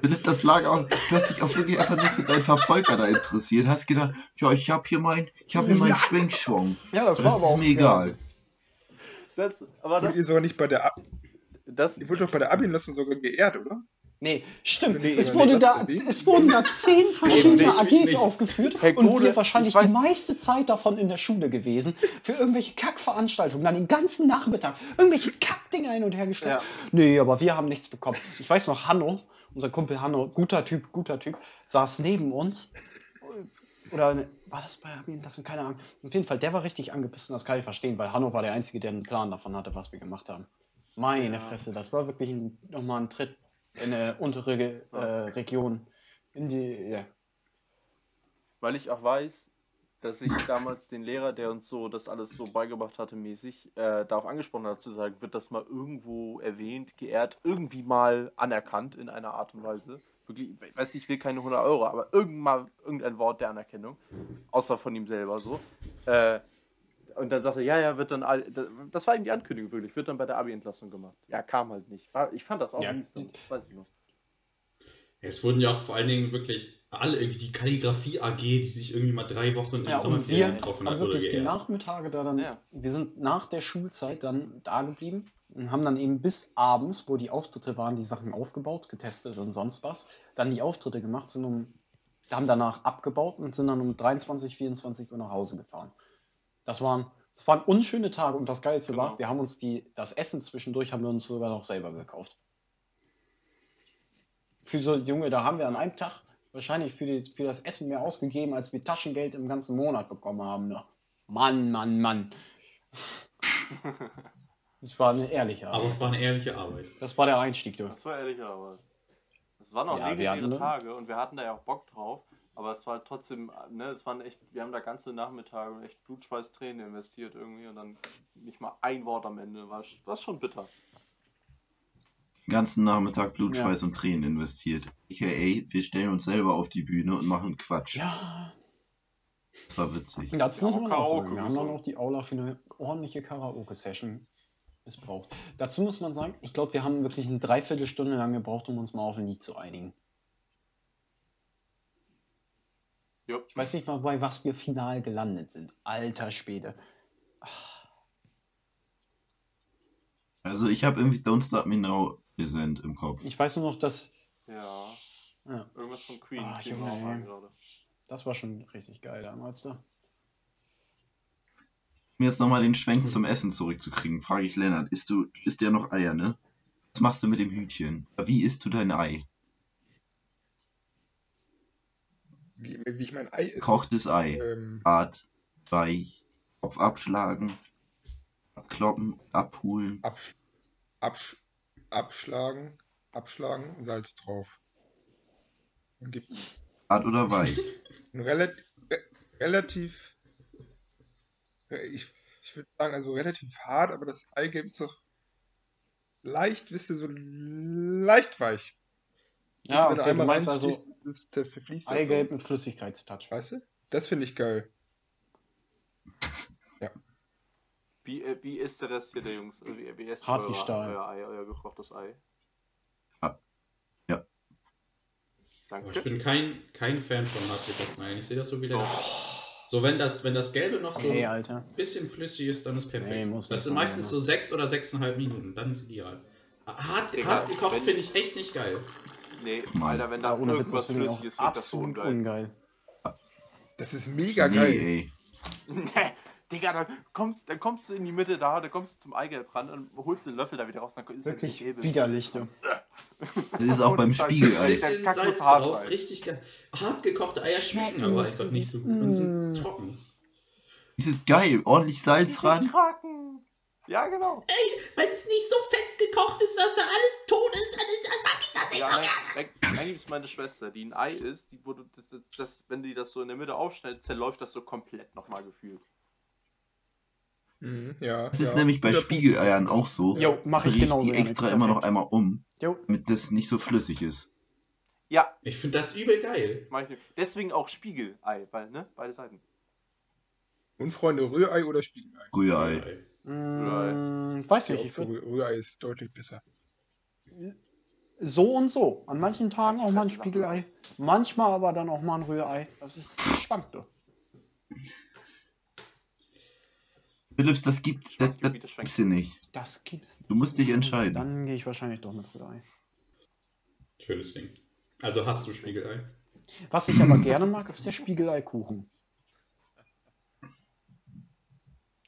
Philipp, das lag auch, du hast dich auch wirklich einfach nur für deinen Verfolger da interessiert. Hast gedacht, ja, ich hab hier mein, ich hab hier mein Schwingschwung. Ja, das Das, war ist aber auch. mir egal. Das, aber Wurdet ihr das, sogar nicht bei der Ab das, Ihr wurdet doch bei der Abi-Lassung sogar geehrt, oder? Nee, stimmt. Nee, es, aber wurde nicht da, Latzerbi. es wurden da zehn verschiedene Nee, AGs nee, nee. aufgeführt Herr und Gode, wir wahrscheinlich ich weiß- die meiste Zeit davon in der Schule gewesen für irgendwelche Kackveranstaltungen, dann den ganzen Nachmittag irgendwelche Kackdinger hin und her gestellt. Ja. Nee, aber wir haben nichts bekommen. Ich weiß noch, Hanno, unser Kumpel Hanno, guter Typ, guter Typ, saß neben uns. Oder ne, war das bei Armin? Das sind keine Ahnung. Auf jeden Fall, der war richtig angepissen, das kann ich verstehen, weil Hanno war der Einzige, der einen Plan davon hatte, was wir gemacht haben. Meine Fresse, das war wirklich ein, nochmal ein Tritt in eine untere Ge- äh, Region. In die, ja. weil ich auch weiß, dass ich damals den Lehrer, der uns so das alles so beigebracht hatte, mäßig, äh, darauf angesprochen hat, zu sagen, wird das mal irgendwo erwähnt, geehrt, irgendwie mal anerkannt in einer Art und Weise. Wirklich, ich weiß ich will keine 100 Euro, aber irgend mal, irgendein Wort der Anerkennung, außer von ihm selber so. Äh, und dann sagte er, ja, ja, wird dann, all- das- das war ihm die Ankündigung wirklich, wird dann bei der Abi-Entlassung gemacht. Ja, kam halt nicht. War- Ich fand das auch Ja. mies, das weiß ich noch. Ja, Es wurden ja auch vor allen Dingen wirklich alle irgendwie die Kalligrafie AG, die sich irgendwie mal drei Wochen in den ja, und wir Sommerferien getroffen haben hat, wurde wirklich die geehrt. Nachmittage da dann, Ja. wir sind nach der Schulzeit dann da geblieben und haben dann eben bis abends, wo die Auftritte waren, die Sachen aufgebaut, getestet und sonst was, dann die Auftritte gemacht, sind um, haben danach abgebaut und sind dann um 23, 24 Uhr nach Hause gefahren. Das waren, das waren unschöne Tage und das Geilste war, Genau. wir haben uns die, das Essen zwischendurch haben wir uns sogar noch selber gekauft. Für so Junge, da haben wir an einem Tag wahrscheinlich für, die, für das Essen mehr ausgegeben, als wir Taschengeld im ganzen Monat bekommen haben. Ne? Mann, Mann, Mann. Das war eine ehrliche Aber Arbeit. es war eine ehrliche Arbeit. Das war der Einstieg, du. Das war ehrlich, aber es waren auch Ja, wir ne? legendäre hatten- Tage und wir hatten da ja auch Bock drauf, aber es war trotzdem, ne, es waren echt, wir haben da ganze Nachmittage und echt Blut, Schweiß, Tränen investiert irgendwie und dann nicht mal ein Wort am Ende, war, sch- war schon bitter. Den ganzen Nachmittag Blut, Ja. Schweiß und Tränen investiert. AKA, wir stellen uns selber auf die Bühne und machen Quatsch. Ja, Das war witzig. das muss Ja, man auch sagen. Karaoke Wir haben dann gesungen. auch die Aula für eine ordentliche Karaoke-Session missbraucht. Dazu muss man sagen, ich glaube, wir haben wirklich eine Dreiviertelstunde lang gebraucht, um uns mal auf ein Lied zu einigen. Jo. Ich weiß nicht mal, bei was wir final gelandet sind. Alter Schwede. Also ich habe irgendwie Don't Stop Me Now präsent im Kopf. Ich weiß nur noch, dass. Ja, Ja, irgendwas von Queen. Ah, Queen Junge, auch ey. an gerade. das war schon richtig geil damals da. Hm. Um jetzt nochmal den Schwenk zum Essen zurückzukriegen, frage ich Lennart, isst du, isst ja noch Eier, ne? Was machst du mit dem Hütchen? Wie isst du dein Ei? Wie, wie ich mein Ei esse. Kochtes Ei. Ähm, Art, weich, Kopf abschlagen, abkloppen, abholen. absch absch abschlagen, abschlagen, und Salz drauf. Und gibt Art oder weich. ein relat re relativ, äh, ich, ich würde sagen, also relativ hart, aber das Eigelb ist doch leicht, wisst ihr, so leicht weich. Wisst ihr, Ja, wenn du okay, du einmal meinst also reinstichst, ist es- der verfließt das so. Eigelb mit Flüssigkeitstouch. Weißt du? Das finde ich geil. Wie, äh, wie ist der Rest hier der Jungs? Äh, Wie, wie ist Hart wie euer, Stahl. euer Ei, euer gekochtes Ei? Ja. Ja. Aber Ich Danke. bin kein, kein Fan von hartgekochten Eiern. Ich sehe das so wie der. Oh, So, wenn das, wenn das Gelbe noch so Nee, ein Alter. bisschen flüssig ist, dann ist perfekt. Nee, muss das nicht sind sein, ne? meistens ja. so sechs oder sechseinhalb Minuten, dann ist ideal. Hart, Digga, hart gekocht wenn- finde ich echt nicht geil. nee, Mann. Alter, wenn da ohne Witz, irgendwas das finde ich Flüssiges auch geht, das so absolut ungeil. ungeil. Das ist mega nee, geil. ey. Nee, Digga, dann kommst, dann kommst du in die Mitte da, dann kommst du zum Eigelb ran und holst den Löffel da wieder raus. Dann ist da Wirklich eh Gelbe. widerlich, du. Das ist auch beim Spiegelei. Der bisschen Kack muss Salz hart drauf, sein. richtig geil. Hart gekochte Eier schmecken Schmecken aber nicht einfach so nicht so gut und sind Mm. trocken. Die sind geil. Ordentlich Die Salz sind ran. trocken. Ja, genau. Wenn es nicht so fest gekocht ist, dass da alles tot ist, dann ist das mag ich das Ja, nein, nein, nein, gibt es meine Schwester, die ein Ei ist, die wurde, das, das, das, wenn die das so in der Mitte aufschneidet, zerläuft das so komplett nochmal gefühlt. Mhm, ja, Das ist ja. nämlich bei Guter Spiegeleiern auch so. Jo, mach ich Drehe genauso. die Janik, extra immer noch perfekt. einmal um, Jo. damit das nicht so flüssig ist. Ja, Ich finde das übel geil. mach ich nicht. Deswegen auch Spiegelei, weil, ne, beide Seiten. Punkt. Und Freunde, Rührei oder Spiegelei? Rührei. Mm, weiß Ich nicht, auch ich für würd, Rühr- Rührei ist deutlich besser. so und so. An manchen Tagen auch mal ein Fresse, sag Spiegelei, manchmal aber dann auch mal ein Rührei. Das ist schwankt. du. Philips, das gibt das, das Schwankgebiete schwenken. gibt's hier nicht. Das gibt's nicht. Du musst dich entscheiden. Dann gehe ich wahrscheinlich doch mit Rührei. Schönes Ding. Also hast du Spiegelei? Was ich aber gerne mag, ist der Spiegeleikuchen.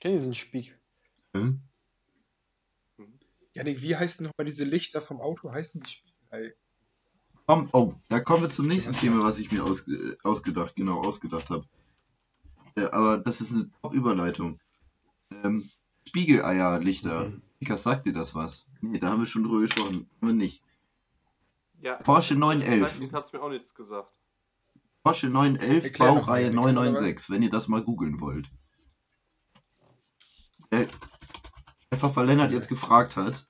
Kennt ihr diesen Spiegel? Hm? Janik, wie heißen nochmal diese Lichter vom Auto? Heißen die Spiegelei? Komm, oh, da kommen wir zum nächsten Thema, was ich mir ausge äh, ausgedacht, genau, ausgedacht habe. Äh, aber das ist eine Top-Überleitung. Ähm, Spiegeleierlichter. Mhm. Nikas, sagt dir das was? Nee, da haben wir schon drüber gesprochen. Haben wir nicht. Ja, Porsche Das 911. hat es mir auch nichts gesagt. Porsche 911, Erklär doch mal, Baureihe Nick, 996, wenn ihr das mal googeln wollt. Der, der Pfeffer Lennart jetzt gefragt hat,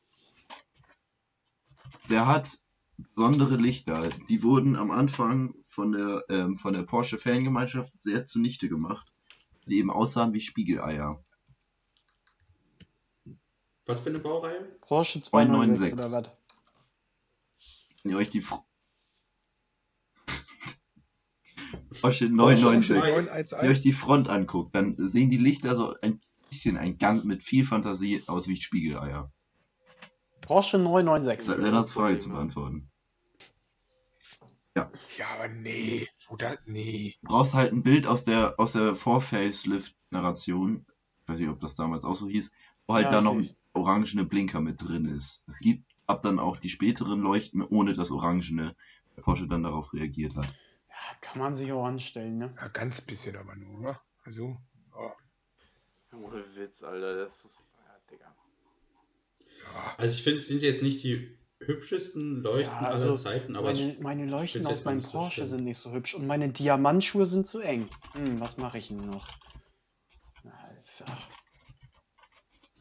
der hat besondere Lichter. Die wurden am Anfang von der, ähm, von der Porsche Fangemeinschaft sehr zunichte gemacht. Sie eben aussahen wie Spiegeleier. Was für eine Baureihe? Porsche 296 oder was? 296. Wenn ihr euch die Fr- Porsche Porsche 996 Wenn ihr euch 911. die Front anguckt, dann sehen die Lichter so ein bisschen ein ganz mit viel Fantasie aus wie Spiegeleier. Porsche Das 996. hat Lennarts Frage zu beantworten. Ja, aber nee. Oder? Nee. Du brauchst halt ein Bild aus der, aus der Vor-Facelift-Narration, ich weiß nicht, ob das damals auch so hieß, wo halt Ja, da das noch sehe ich. orangene Blinker mit drin ist. Es gibt ab dann auch die späteren Leuchten, ohne dass orangene weil Porsche dann darauf reagiert hat. Ja, kann man sich auch anstellen, ne? Ja, ganz bisschen aber nur, oder? Also, ja. Ohne Witz, Alter, das ist. Ja, Digga. ja. Also ich finde, es sind jetzt nicht die hübschesten Leuchten Ja, also aller Zeiten, aber meine, meine Leuchten find's aus jetzt noch meinem nicht so Porsche schlimm. sind nicht so hübsch und meine Diamantschuhe sind zu eng. Hm, was mache ich denn noch? Na, das ist, ach.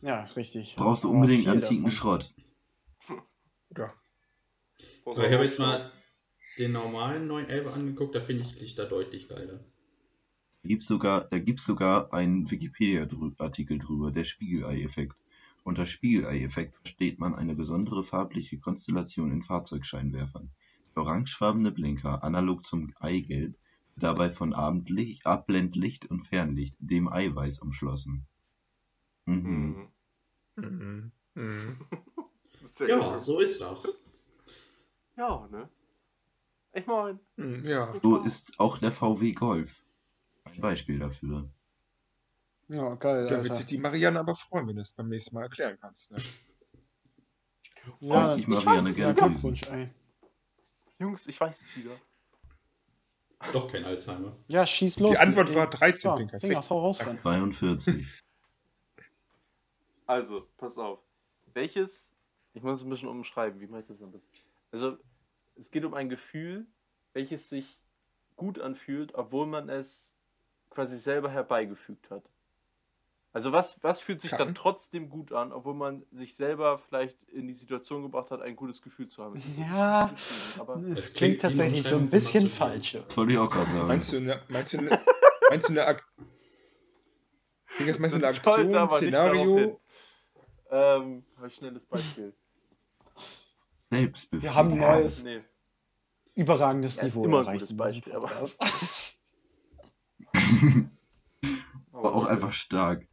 Ja, richtig. Brauchst du Aber unbedingt Oh, viel antiken davon. Schrott. Oder? Aber ich habe jetzt mal den normalen 911 angeguckt, da finde ich Lichter deutlich geiler. Da gibt's sogar, da gibt's sogar einen Wikipedia-Artikel drüber, der Spiegelei-Effekt. Unter Spiegelei-Effekt versteht man eine besondere farbliche Konstellation in Fahrzeugscheinwerfern. Der orangefarbene Blinker, analog zum Eigelb, wird dabei von Abendlicht, Abblendlicht und Fernlicht, dem Eiweiß umschlossen. Mhm. Mhm. Mhm. Mhm. Sehr Ja, cool. so ist das. Ja, ne? Ich mein. Mhm. Ja. So ist auch der VW Golf. Ein Beispiel dafür. Ja, geil, Da wird sich Alter. die Marianne aber freuen, wenn du es beim nächsten Mal erklären kannst. Ne? Ja, ich ich mal ich wieder weiß eine es ja, ja, Gelbwiesen. Glückwunsch, ey. Jungs, ich weiß es wieder. Doch kein Alzheimer. Ja, schieß los. Die Antwort Mit- war 13, Ja, Pinkas. Pinkas, hau raus dann. 42. Also, pass auf. Welches, ich muss es ein bisschen umschreiben, wie mache ich das am besten? Also, es geht um ein Gefühl, welches sich gut anfühlt, obwohl man es quasi selber herbeigefügt hat. Also, was, was fühlt sich dann Kacken? trotzdem gut an, obwohl man sich selber vielleicht in die Situation gebracht hat, ein gutes Gefühl zu haben? Es ist so Ja. schwierig zu beschreiben, aber Es Es klingt klingt wie tatsächlich so ein Umschreibung von bisschen falsch. Masturbieren. Wollte ich auch gerade sagen. Meinst du eine, meinst du eine, meinst du eine, Ak Digga, meinst du eine Das sollte Aktion, aber nicht darauf hin. Also Szenario? Ähm, habe ich schnelles Beispiel. Selbstbefriedigung. Wir haben ein neues, Nee. überragendes Ja, ist Niveau immer ein erreicht. gutes in diesem Beispiel, aber- Podcast. War auch einfach stark.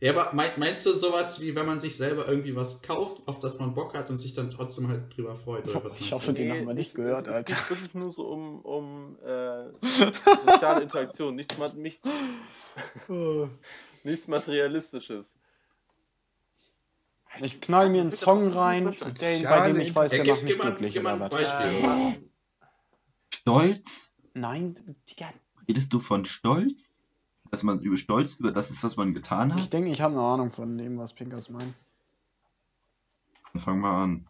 Ja, aber mei- meinst du sowas wie, wenn man sich selber irgendwie was kauft, auf das man Bock hat und sich dann trotzdem halt drüber freut? Oder was Ich meinst du? hoffe, den haben wir nicht es- gehört, es, es Alter. geht wirklich nur so um, um äh, soziale Interaktion, nichts, ma- nicht, Oh. nichts Materialistisches. Ich knall mir einen Song rein, der, bei dem ich weiß, Ja, der gib- macht mich gib mal- glücklich gib mal oder ein was. Beispiel. Stolz? Nein, Digga, Redest du von Stolz? Dass man über Stolz über das ist, was man getan Ah. ich hat? denke, ich habe eine Ahnung von dem, was Pinkas meint. Dann fang mal an.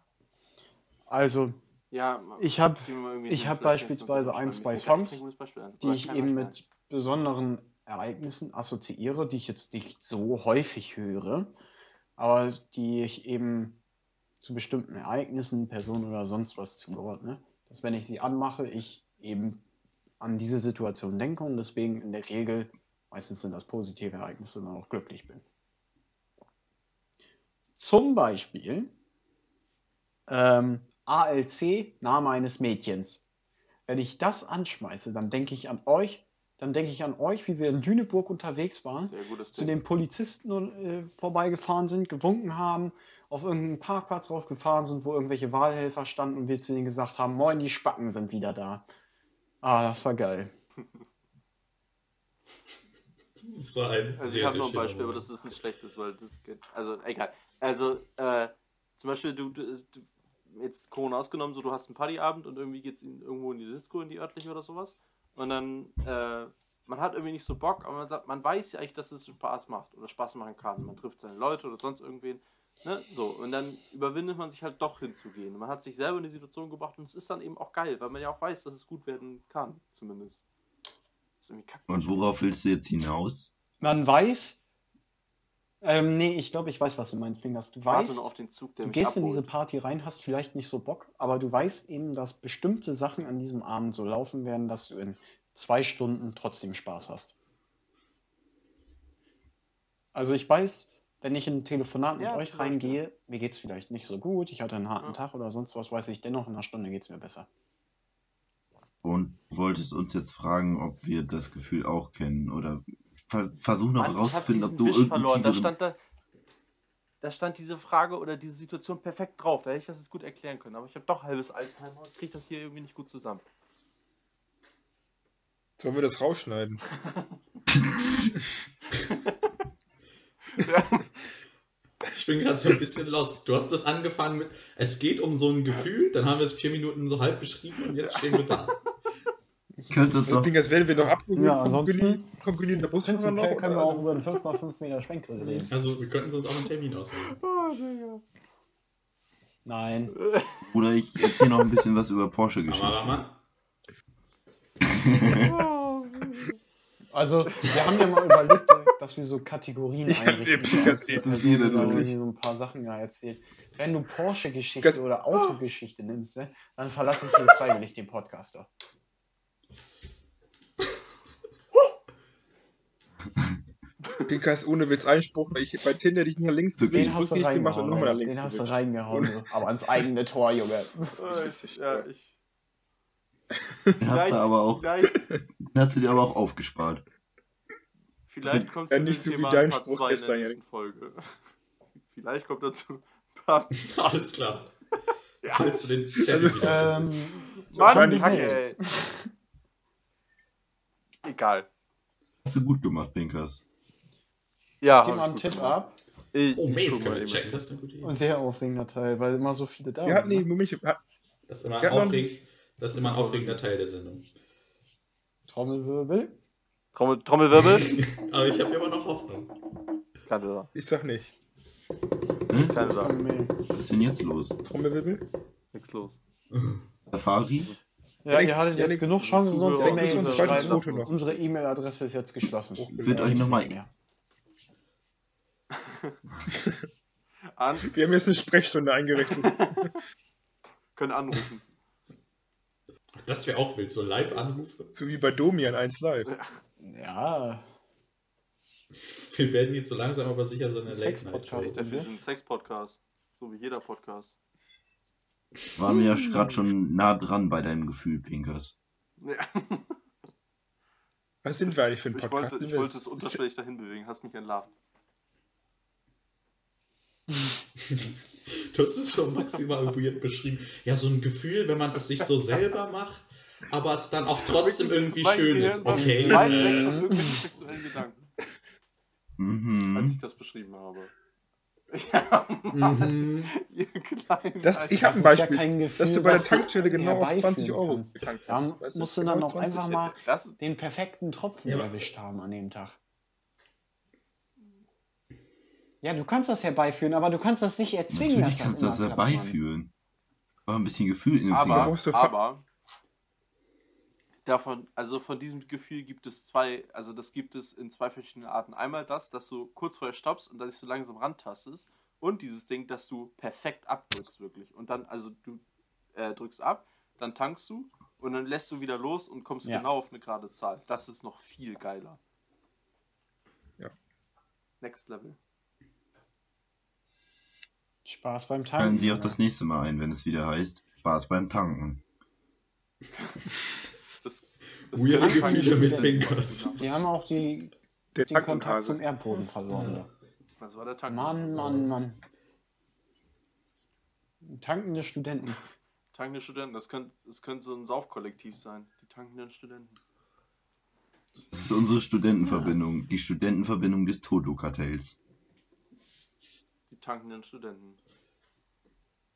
Also, Ja, ich habe gehen wir mal irgendwie ich hin, hab vielleicht kannst du beispielsweise das ein, mal zwei mitnehmen. Songs, Kein gutes Beispiel an. die Oder ich kein eben Beispiel. mit besonderen Ereignissen assoziiere, die ich jetzt nicht so häufig höre, aber die ich eben zu bestimmten Ereignissen, Personen oder sonst was zugeordne, dass wenn ich sie anmache, ich eben an diese Situation denke und deswegen in der Regel, meistens sind das positive Ereignisse, dann auch glücklich bin. Zum Beispiel ähm, ALC, Name eines Mädchens. Wenn ich das anschmeiße, dann denke ich an euch, dann denke ich an euch, wie wir in Lüneburg unterwegs waren, Sehr gutes zu Ding. den Polizisten äh, vorbeigefahren sind, gewunken haben, auf irgendeinen Parkplatz raufgefahren sind, wo irgendwelche Wahlhelfer standen und wir zu denen gesagt haben, moin, die Spacken sind wieder da. Ah, das war geil. So ein Also ich sehr, habe sehr noch ein schöner Beispiel, aber Moment. das ist ein schlechtes, weil das geht. Also egal. Also äh, zum Beispiel du, du, du jetzt Corona ausgenommen, so du hast einen Partyabend und irgendwie geht's in, irgendwo in die Disco, in die örtliche oder sowas. Und dann äh, man hat irgendwie nicht so Bock, aber man sagt, man weiß ja eigentlich, dass es Spaß macht oder Spaß machen kann. Man trifft seine Leute oder sonst irgendwen. Ne? So, und dann überwindet man sich halt doch hinzugehen. Man hat sich selber in die Situation gebracht und es ist dann eben auch geil, weil man ja auch weiß, dass es gut werden kann, zumindest. Das ist irgendwie kacke. Und worauf willst du jetzt hinaus? Man weiß, ähm, nee, ich glaube, ich weiß, was du meinst, Fingers. Du Ich warte weißt, noch auf den Zug, der Du mich gehst in abholt. diese Party rein, hast vielleicht nicht so Bock, aber du weißt eben, dass bestimmte Sachen an diesem Abend so laufen werden, dass du in zwei Stunden trotzdem Spaß hast. Also ich weiß, wenn ich in ein Telefonat mit Ja, euch zum Beispiel. reingehe, mir geht es vielleicht nicht so gut, ich hatte einen harten Ja. Tag oder sonst was, weiß ich, dennoch in einer Stunde geht es mir besser. Und wolltest uns jetzt fragen, ob wir das Gefühl auch kennen oder ver versuch Mann, noch ich hab herauszufinden, ob diesen du Wisch verloren. irgendeinen Da tieferen... stand, da, da stand diese Frage oder diese Situation perfekt drauf. Da hätte ich das jetzt gut erklären können. Aber ich habe doch halbes Alzheimer und kriege das hier irgendwie nicht gut zusammen. Sollen wir das rausschneiden? Ich bin gerade so ein bisschen lost. Du hast das angefangen mit, es geht um so ein Gefühl, dann haben wir es vier Minuten so halb beschrieben und jetzt stehen wir da. Könntest du uns Also, noch... Pinkas werden wir noch abgeholt. Ja, Kommt ansonsten- Günni- Kommt Günni in der Busfahrer noch? Prinzipiell können wir auch Oder? über einen 5x5 Meter Schwenkgrill reden. Also wir könnten sonst auch einen Termin ausmachen. Nein. Oder ich erzähl noch ein bisschen was über Porsche-Geschichte. Kameramann, Also, wir haben ja mal überlegt, dass wir so Kategorien Ich hab einrichten. eben Pinkas Also, Das ist jeder da haben wir wirklich. so ein paar Sachen ja erzählt. Wenn du Das- Porsche-Geschichte oder Autogeschichte nimmst, ne, dann verlasse ich hier freiwillig den Podcaster. Pinkas ohne Witz Einspruch. Ich, bei Tinder hätte ich nach links Den gewählt, Den Ich hast Rückweg du gemacht reingehauen. und nochmal nach Alter. links Den hast du gewählt. reingehauen, du. aber ans eigene Tor, Junge. Äh, ich, ja, Oh. ich, Den hast du aber auch, vielleicht, den hast du dir aber auch aufgespart. vielleicht kommt Ja, zu nicht dem so wie Thema dein ein Part Spruch zwei in der gestern, nächsten Folge. Vielleicht kommt dazu Part alles klar. Willst du den Zettel wieder zurück? Ähm, Mann, Wahrscheinlich Hacke, ey. nicht. Egal. Hast du gut gemacht, Pinkers. Ja, Gib hab mal ich einen gut Tipp gemacht. ab. Ich, Oh, ich Mails guck können mal wir eben. checken, das ist eine gute Idee. Ein sehr aufregender Teil, weil immer so viele da Wir hatten ne? die Momente, hat, Das ist immer ein, Ja, dann- aufregend, das ist immer ein aufregender Teil der Sendung. Trommelwirbel. Trommel, Trommelwirbel? Aber ich habe immer noch Hoffnung. Keine Sache. ich sag nicht. Hm? Keine Sache. Was ist denn jetzt los? Trommelwirbel? Nichts los. Safari? Ja, Janik- ihr hattet jetzt Janik- genug Chancen, uns Janik, E-Mail müssen wir zu ein zweites schreiben. Foto noch. Unsere E-Mail-Adresse ist jetzt geschlossen. Ich würde euch nochmal. An, Wir haben jetzt eine Sprechstunde eingerichtet. können anrufen. Das wäre auch wild, so Live-Anrufe. so wie bei Domian 1 Live. Ja, Wir werden jetzt so langsam aber sicher so eine Late-Night-Show. Sex-Podcast. Wir sind ein Sex-Podcast. So wie jeder Podcast. War mir Hm. ja gerade schon nah dran bei deinem Gefühl, Pinkers. Ja, Was sind wir eigentlich für ein ich Podcast? wollte, ich Sind wir wollte es s- unterschwellig dahin bewegen. Hast mich entlarvt. Das ist so maximal weird beschrieben. Ja, so ein Gefühl, wenn man das nicht so selber macht, aber es dann auch trotzdem irgendwie Mein schön Gehirn ist. war Okay. Weit weg von Äh, irgendwelchen sexuellen Gedanken, als ich Mhm. das beschrieben habe. Ja, mhm. ihr kleinen. Das, ich habe das ein ist Beispiel. ja kein Gefühl, dass du bei der was du Tankstelle genau auf herbeiführen 20 Euro kannst. getankt Da hast. Weißt du, musst du dann genau auch 20. einfach mal Das, den perfekten Tropfen Ja, aber- erwischt haben an dem Tag. Ja, du kannst das herbeiführen, aber du kannst das nicht erzwingen. Natürlich kannst du das immer klappt, Mann. herbeiführen. Aber ein bisschen Gefühl in den aber, Finger. brauchst du fa- aber davon, also von diesem Gefühl gibt es zwei, also das gibt es in zwei verschiedenen Arten. Einmal das, dass du kurz vorher stoppst und dann dich so langsam rantastest und dieses Ding, dass du perfekt abdrückst wirklich und dann, also du äh, drückst ab, dann tankst du und dann lässt du wieder los und kommst Ja. genau auf eine gerade Zahl. Das ist noch viel geiler. Ja. Next Level. Spaß beim Tanken. ne? Schalten Sie auch Junge. das nächste Mal ein, wenn es wieder heißt Spaß beim Tanken. Das, Weirde kann ich nicht sehen. mit Gefühle Pinkers. Die haben auch die, Der den Kontakt Tankenhase. zum Erdboden verloren. ne? Das war der Mhm. Tank. Mann, Mann, Mann. Tankende Studenten. Tankende Studenten, das könnte das könnt so ein Saufkollektiv sein. Die tankenden Studenten. Das ist unsere Studentenverbindung, die Studentenverbindung des Todo-Kartells. Die tankenden Studenten.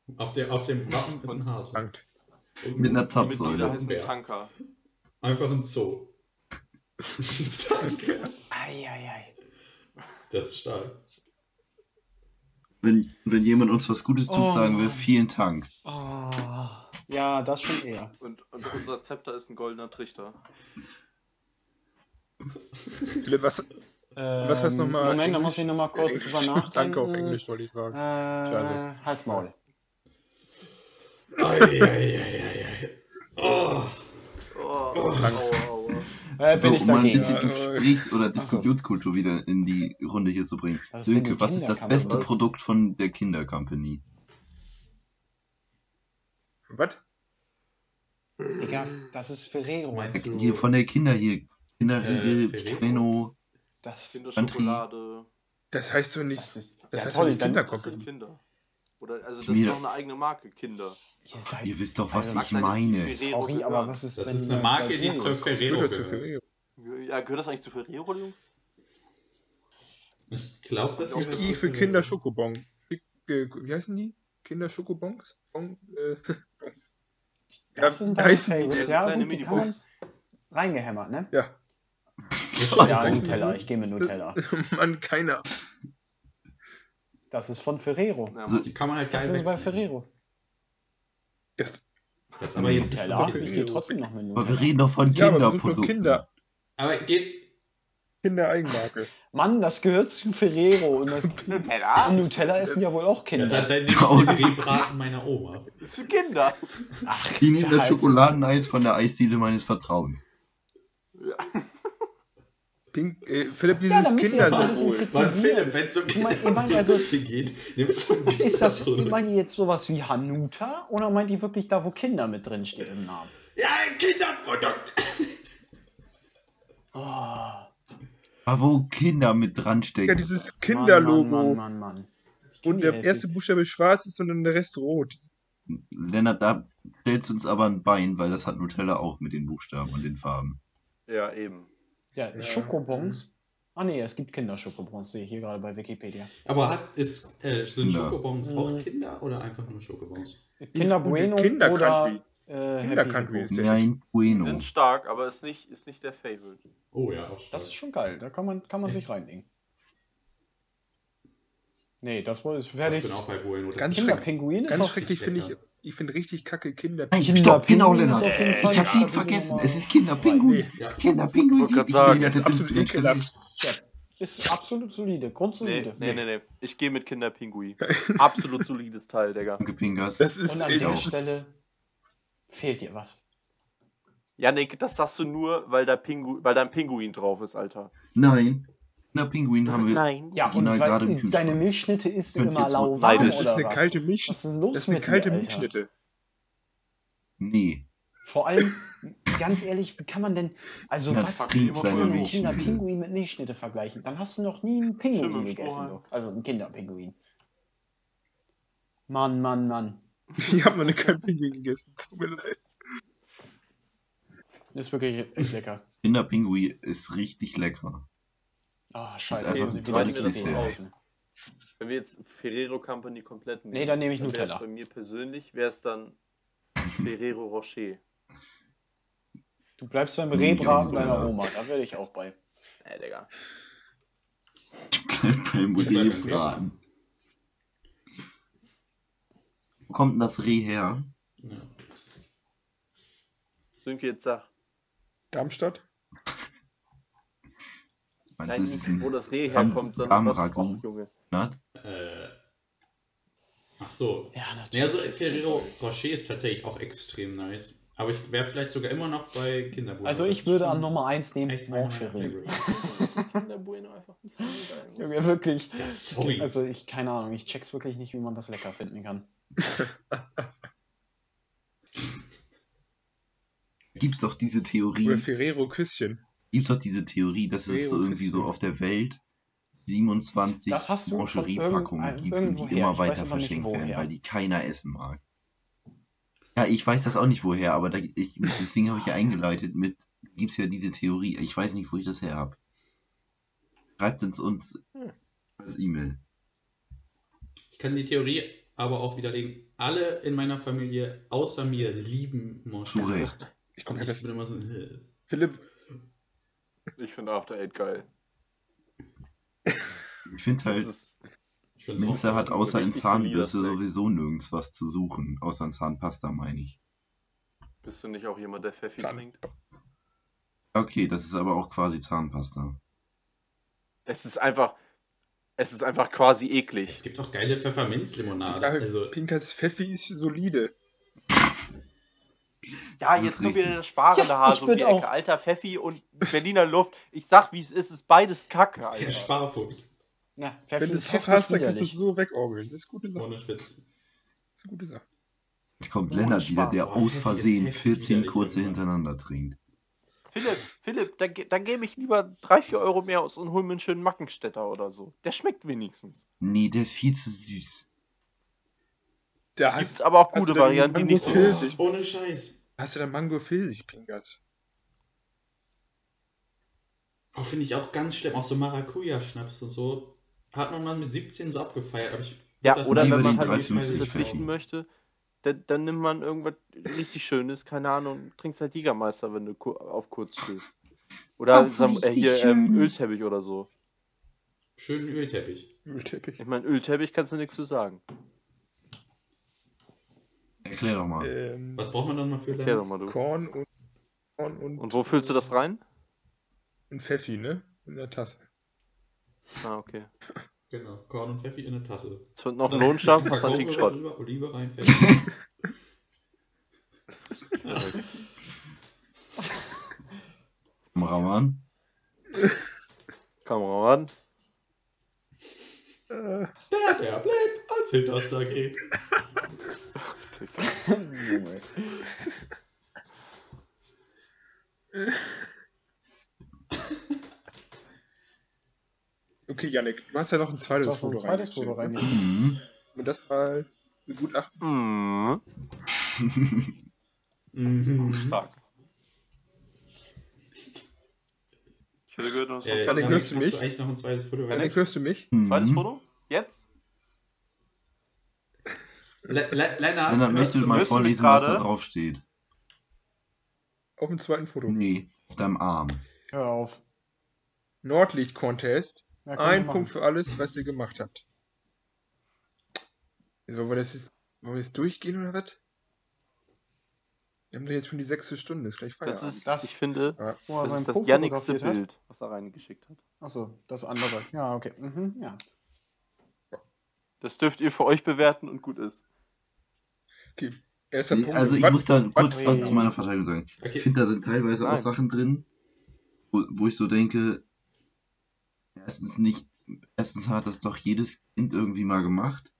Äh, auf, der, auf dem Wappen ist ein Hase. Tankt. Und Mit Die einer Mitglieder Zapfsäule. heißen Bär. Tanker. Einfach ein Zoo. Danke. Eieiei. Das ist stark. Wenn, wenn jemand uns was Gutes tut, Oh. sagen wir vielen Dank. Oh. Ja, das schon eher. Und, und unser Zepter ist ein goldener Trichter. Philipp, was, was heißt Ähm, nochmal? Moment, da Englisch? muss ich nochmal kurz Englisch. drüber nachdenken. Danke auf Englisch, wollte ich Äh, sagen. Scheiße. Halsmaul. Eieieiei. Oh. Oh, Tanks. Äh, So, bin ich um mal ein dagegen. bisschen Ja, äh, Gesprächs- oder so. Diskussionskultur wieder in die Runde hier zu bringen. Was ist denn Sönke, die was ist das Kinderkampagne? beste Was? Produkt von der Kindercompany? Was? Digga, das ist Ferrero. Meinst du? Hier von der Kinder hier. Kinderriegel, Äh, Ferrero? Treno. Das, Kinderschokolade. Das heißt so nicht. das ist Das heißt toll, doch nicht dann- Das sind Kinderkompanie. Kinder. Oder, also das Mir- ist doch eine eigene Marke, Kinder. Ihr seid. Ihr wisst doch, was Also, ich mag sein, dass meine. die Ferrero Sorry, aber was ist, Das wenn ist eine äh, Marke, die Ferrero- zur Ferrero ne? Brüder zu gehört. Ferrero. gehören. Ja, gehört das eigentlich zu Ferrero, Jungs? Ich glaube, das Auch ist Also I ne? für Kinder Schokobon. Schicke- Wie heißen die? Kinder Schokobons? Bon, äh, Das sind deine heißen die- Favorites. sind Ja, kleine gut, die kann man Minibox. reingehämmert, ne? ja. Ja, heißen Nutella. die? Ich gehe mit Nutella. Mann, keine Ahnung. Das ist von Ferrero. Ja, So, Mann. Kann man halt Das geil ist bei wechseln. Ferrero. Das, Das ist aber jetzt nicht Nutella. so Ich viel. gehe trotzdem noch mit Aber wir Nutella. reden doch von ja, aber das sind nur Kinderprodukten. Kinder. Aber geht's. Kinder-Eigenmarke. Mann, das gehört zu Ferrero. Und das Ah, Kinder? Nutella essen ja wohl auch Ja, Kinder. dann, dann nehme ich den Rebraten meiner Oma. Das ist für Kinder. Ach, Die nehmen das Scheiße. Schokoladeneis von der Eisdiele meines Vertrauens. Pink, äh, Philipp, Ja, dieses dann müsst ihr das alles Kindersymbol. nicht Weil Philipp, rezensieren. wenn es um Ich mein- ich Kinder mein, also- geht, nimmst du ein Ist das, Kinderprodukt. meint ihr jetzt sowas wie Hanuta oder meint ihr wirklich da, wo Kinder mit drin steht im Namen? Ja, ein Kinderprodukt! Oh. Da wo Kinder mit dran Ja, stecken. dieses Mann, Kinderlogo. Mann, Mann, Mann. Ich kenn Und die der Hälfte. erste Buchstabe schwarz ist und dann der Rest rot. Lennart, da stellst du uns aber ein Bein, weil das hat Nutella auch mit den Buchstaben und den Farben. Ja, eben. Ja, Schokobons. Ah nee, es gibt Kinderschokobons, sehe ich hier gerade bei Wikipedia. Aber hat, ist, äh, sind Ja. Schokobons Mhm. auch Kinder oder einfach nur Schokobons? Kinder Bueno Kinder oder Country. äh, Kinder Happy Country Hippo. ist der. Nein, Bueno. Sind stark, aber ist nicht, ist nicht der Favorite. Oh ja, auch stark. Das ist schon geil, da kann man, kann man sich reinlegen. Nee, das wurde ist ich fertig. bin auch bei Bueno. Das Ganz ist schrecklich. Kinderpinguin ist genau. Ganz auch schrecklich finde ich, lecker. ich finde richtig kacke Kinder. Nein, Kinder stopp, genau, Pinguin ist Lennart. auf jeden Fall Ich hab eine den gute vergessen. Nummer. Es ist Kinderpinguin. Nee, Ja. Kinderpinguin. Wollte grad Ich- sagen, ich- Ah, das ist absolut ich- ekelhaft. Ist absolut solide, Nee, grundsolide. nee, nee, nee. Ich gehe mit Kinderpingui. Absolut solides Teil, Digga. Danke, Pingas. das ist, Und an ey, der das ist Stelle fehlt dir was. Janik, das sagst du nur, weil da, Pingu weil da ein Pinguin drauf ist, Alter. Nein, Kinderpinguin haben wir. Nein. Ja, und Original gerade im weil Kühlschrank. deine Milchschnitte ist Könnt ihr immer jetzt mal- lauwarm Nein, oder das ist eine was? kalte Milch. Was ist denn los Das ist eine mit kalte dir, Alter? Milchschnitte. Nee. Vor allem, ganz ehrlich, wie kann man denn, also Man was trinkt kann man seine einen Milchschnitte. Kinderpinguin mit Milchschnitte vergleichen? Dann hast du noch nie einen Pinguin Stimmt, im gegessen. Strohhalm. du. Also einen Kinderpinguin. Mann, Mann, Mann. Ich habe noch eine kein Pinguin gegessen. Tut mir leid. Ist wirklich echt lecker. Kinderpinguin ist richtig lecker. Ah, scheiße, Einfach muss ich wieder tolles nicht Dessert. kaufen. Wenn wir jetzt Ferrero Company komplett nehmen. Nee, dann nehme ich wär's Nutella. Bei mir persönlich wäre es dann Ferrero Rocher. Du bleibst beim Hm, Rehbraten ja, deiner ja. Oma, da werde ich auch bei. Ey, Digga. Beim Ich Reh sag, fragen. Wo kommt denn das Reh her? Ja. Sönke, jetzt sag. Darmstadt? Nein, Meinst du, es ist nicht, wo ein das Reh Am- herkommt, sondern was ist Amragout. auch, Junge. Nut? Äh, ach so. Ja, Ja, also natürlich. Ferrero Rocher ist tatsächlich auch extrem nice. Aber ich wäre vielleicht sogar immer noch bei Kinderbuch. Also ich würde an Nummer 1 nehmen, Echt einer meiner Rocherie. Favorites. Kinder Bueno einfach nicht so geil. Junge, wirklich. Ja, sorry. Also ich, keine Ahnung, ich check's wirklich nicht, wie man das lecker finden kann. Gibt's doch diese Oder Theorie, Ferrero Küsschen. gibt's doch diese Theorie, dass es Ferrero so irgendwie so Christi. auf der Welt 27 Das hast du von Mancherie-Packungen irgendein- gibt und die irgendwoher. Ich immer weiß weiter aber nicht, verschenkt werden, woher. weil die keiner essen mag. Ja, ich weiß das auch nicht woher, aber da, ich, deswegen habe ich ja eingeleitet mit, gibt's ja diese Theorie, ich weiß nicht, wo ich das her habe. Schreibt uns uns Hm. als E-Mail. Ich kann die Theorie aber auch widerlegen. Alle in meiner Familie außer mir lieben Moschee. Zu Recht. Ich komme Ich einfach. bin immer so, äh, Philipp, Ich finde After Eight geil. Ich finde Das halt, ist, ich find's Minze auch- hat ein halt außer in richtig solider Zahnbürste Snack. sowieso nirgends was zu suchen. Außer in Zahnpasta, meine ich. bist du nicht auch jemand, der Pfeffi Zahn- trinkt? Okay, das ist aber auch quasi Zahnpasta. Es ist einfach, es ist einfach quasi Es eklig. gibt auch geile Ah, Pfefferminzlimonade. ja, Also, Pinkas Pfeffi ist solide. Ja, Das jetzt ist kommt wieder richtig. der sparende Ja, Hase ich um bin die auch- Ecke. Alter Pfeffi und Berliner Luft. Ich sag, wie es ist, ist beides Kacke, der Alter. Sparfuchs. Ja, Wenn Pfeffi du ist es drauf heftig hast, dann kannst du widerlich. es so wegorbeln. Das ist gute Sache. Ohne Spitz. Das ist eine gute Sache. Jetzt kommt Oh, Lennart Spaß. wieder, der Oh, aus heftig, Versehen heftig, 14 widerlich, kurze Junge. hintereinander trinkt. Philipp, Philipp, dann, ge- dann gebe ich lieber 3, 4 Euro mehr aus und hol mir einen schönen Mackenstädter oder so. Der schmeckt wenigstens. Nee, der ist viel zu süß. Da Gibt hast, aber auch hast gute du dann Varianten, die Mango nicht so Phil? sind. Oh, Pfirsich. ohne Scheiß. hast du dann Mango Pfirsich, Pinkas. Oh, finde ich auch ganz schlimm. Auch so Maracuja-Schnaps und so. Hat man mal mit 17 so abgefeiert. Aber ich Ja, das oder nicht wenn so man die halt auf 3,50 Schnaps 53 verzichten Flächen. möchte, dann, dann nimmt man irgendwas richtig Schönes, keine Ahnung, trinkst halt Jägermeister, wenn du ku- auf kurz stößt. Oder Was Sam äh, richtig hier ähm, Schönes. Ölteppich oder so. Schönen Ölteppich. Ölteppich. Ich meine, Ölteppich kannst du nichts zu sagen. Erklär doch Äh. mal. Ähm, Was braucht man dann mal für Erklär doch Lernen? mal du. Korn und, Korn und, Und wo füllst du das rein? und Pfeffi, ne? In der Tasse. Ah, okay. Genau, Korn und Pfeffi in der Tasse. Jetzt wird noch ein Dann Lohnschlag, ein paar das ist natürlich Gurken Schrott. drüber, Olive rein, Pfeffi. Kameramann. Kameraden. Äh, der, der bleibt als Hinterster geht. Junge. okay, Yannick, du hast ja noch ein zweites Du hast noch ein Foto zweites Foto reingesteckt, ne? Hm. reingegangen. Mhm. Und das mal begutachten. Mhm. Hm. Mhm. Stark. Ich Wir gehört noch so Äh, ein Janik, Janik, kleines hörst du hast mich? du eigentlich noch ein zweites Foto? Janik, hörst du mich? Mhm. zweites Foto. Jetzt? Le Le Lennart, Lennart, hörst möchtest du du mal Äh, müssen vorlesen, wir was da gerade- drauf steht? Auf dem zweiten Foto. Nee, auf deinem Arm. Hör auf. Nordlicht-Contest. Ja, komm, Ein mach. Punkt für alles, was ihr gemacht habt. Sollen wir das jetzt, wollen wir jetzt durchgehen oder was? Wir haben doch jetzt schon die sechste Stunde, ist gleich Das Feierabend. ist, Das- ich finde, Wo er das seinen ist Po das jannigste fotografiert hat. Bild, was er reingeschickt hat. Achso, das andere. Ja, okay. Mhm, ja. Das dürft ihr für euch bewerten und gut ist. okay. Erster Nee, Punkt. also ich Was- muss da kurz was- was zu meiner Verteidigung sagen. Ich Okay, finde, da sind teilweise auch Nein. Sachen drin, wo, wo ich so denke, erstens nicht, erstens hat das doch jedes Kind irgendwie mal gemacht.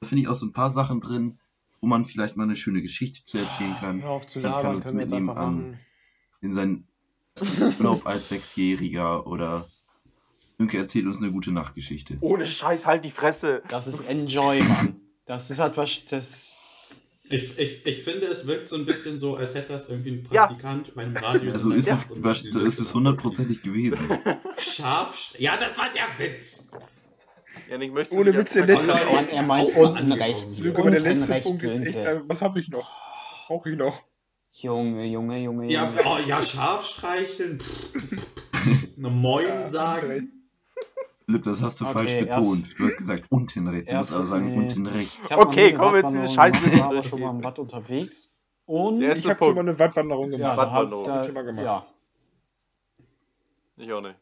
Da finde ich auch so ein paar Sachen drin, wo man vielleicht mal eine schöne Geschichte zu erzählen kann. Hör auf zu Dann kann labern, uns können wir jetzt mitnehmen einfach an- machen. In seinen Urlaub als Sechsjähriger oder Jünke erzählt uns eine gute Nachtgeschichte. Ohne Scheiß, halt die Fresse! Das ist Enjoy, Mann. Das ist halt was. Das, ich, ich, ich finde, es wirkt so ein bisschen so, als hätte das irgendwie ein Ja. Praktikant bei einem Radio. Also ist es, was, ist es hundertprozentig gewesen. Scharf. Ja, das war der Witz. Janik, möchtest Ohne dich als Witz, der Praktikant- letzte- Leute, er meint auch mal unten angekommen. rechts. Sönke, Oh, aber der Unten letzte rechts, Punkt ist echt, Sönke. äh, was habe ich noch? Brauche ich noch? Junge, Junge, Junge, Junge. Ja, oh, ja scharf streicheln. Eine Ja, Moin sagen. Philipp, das hast du Okay, falsch erst- betont. Du hast gesagt unten rechts. Du musst erst- aber sagen nee. unten rechts. Ich hab noch Okay, nie kommen wir eine jetzt diese Scheiße- Radwanderung gemacht, Ich war aber schon mal im Rad unterwegs. Und Der Ich erste habe schon Punkt. mal eine Wattwanderung ja, gemacht. da hab, Radwanderung. da, Schon mal gemacht. ja. Ich auch nicht.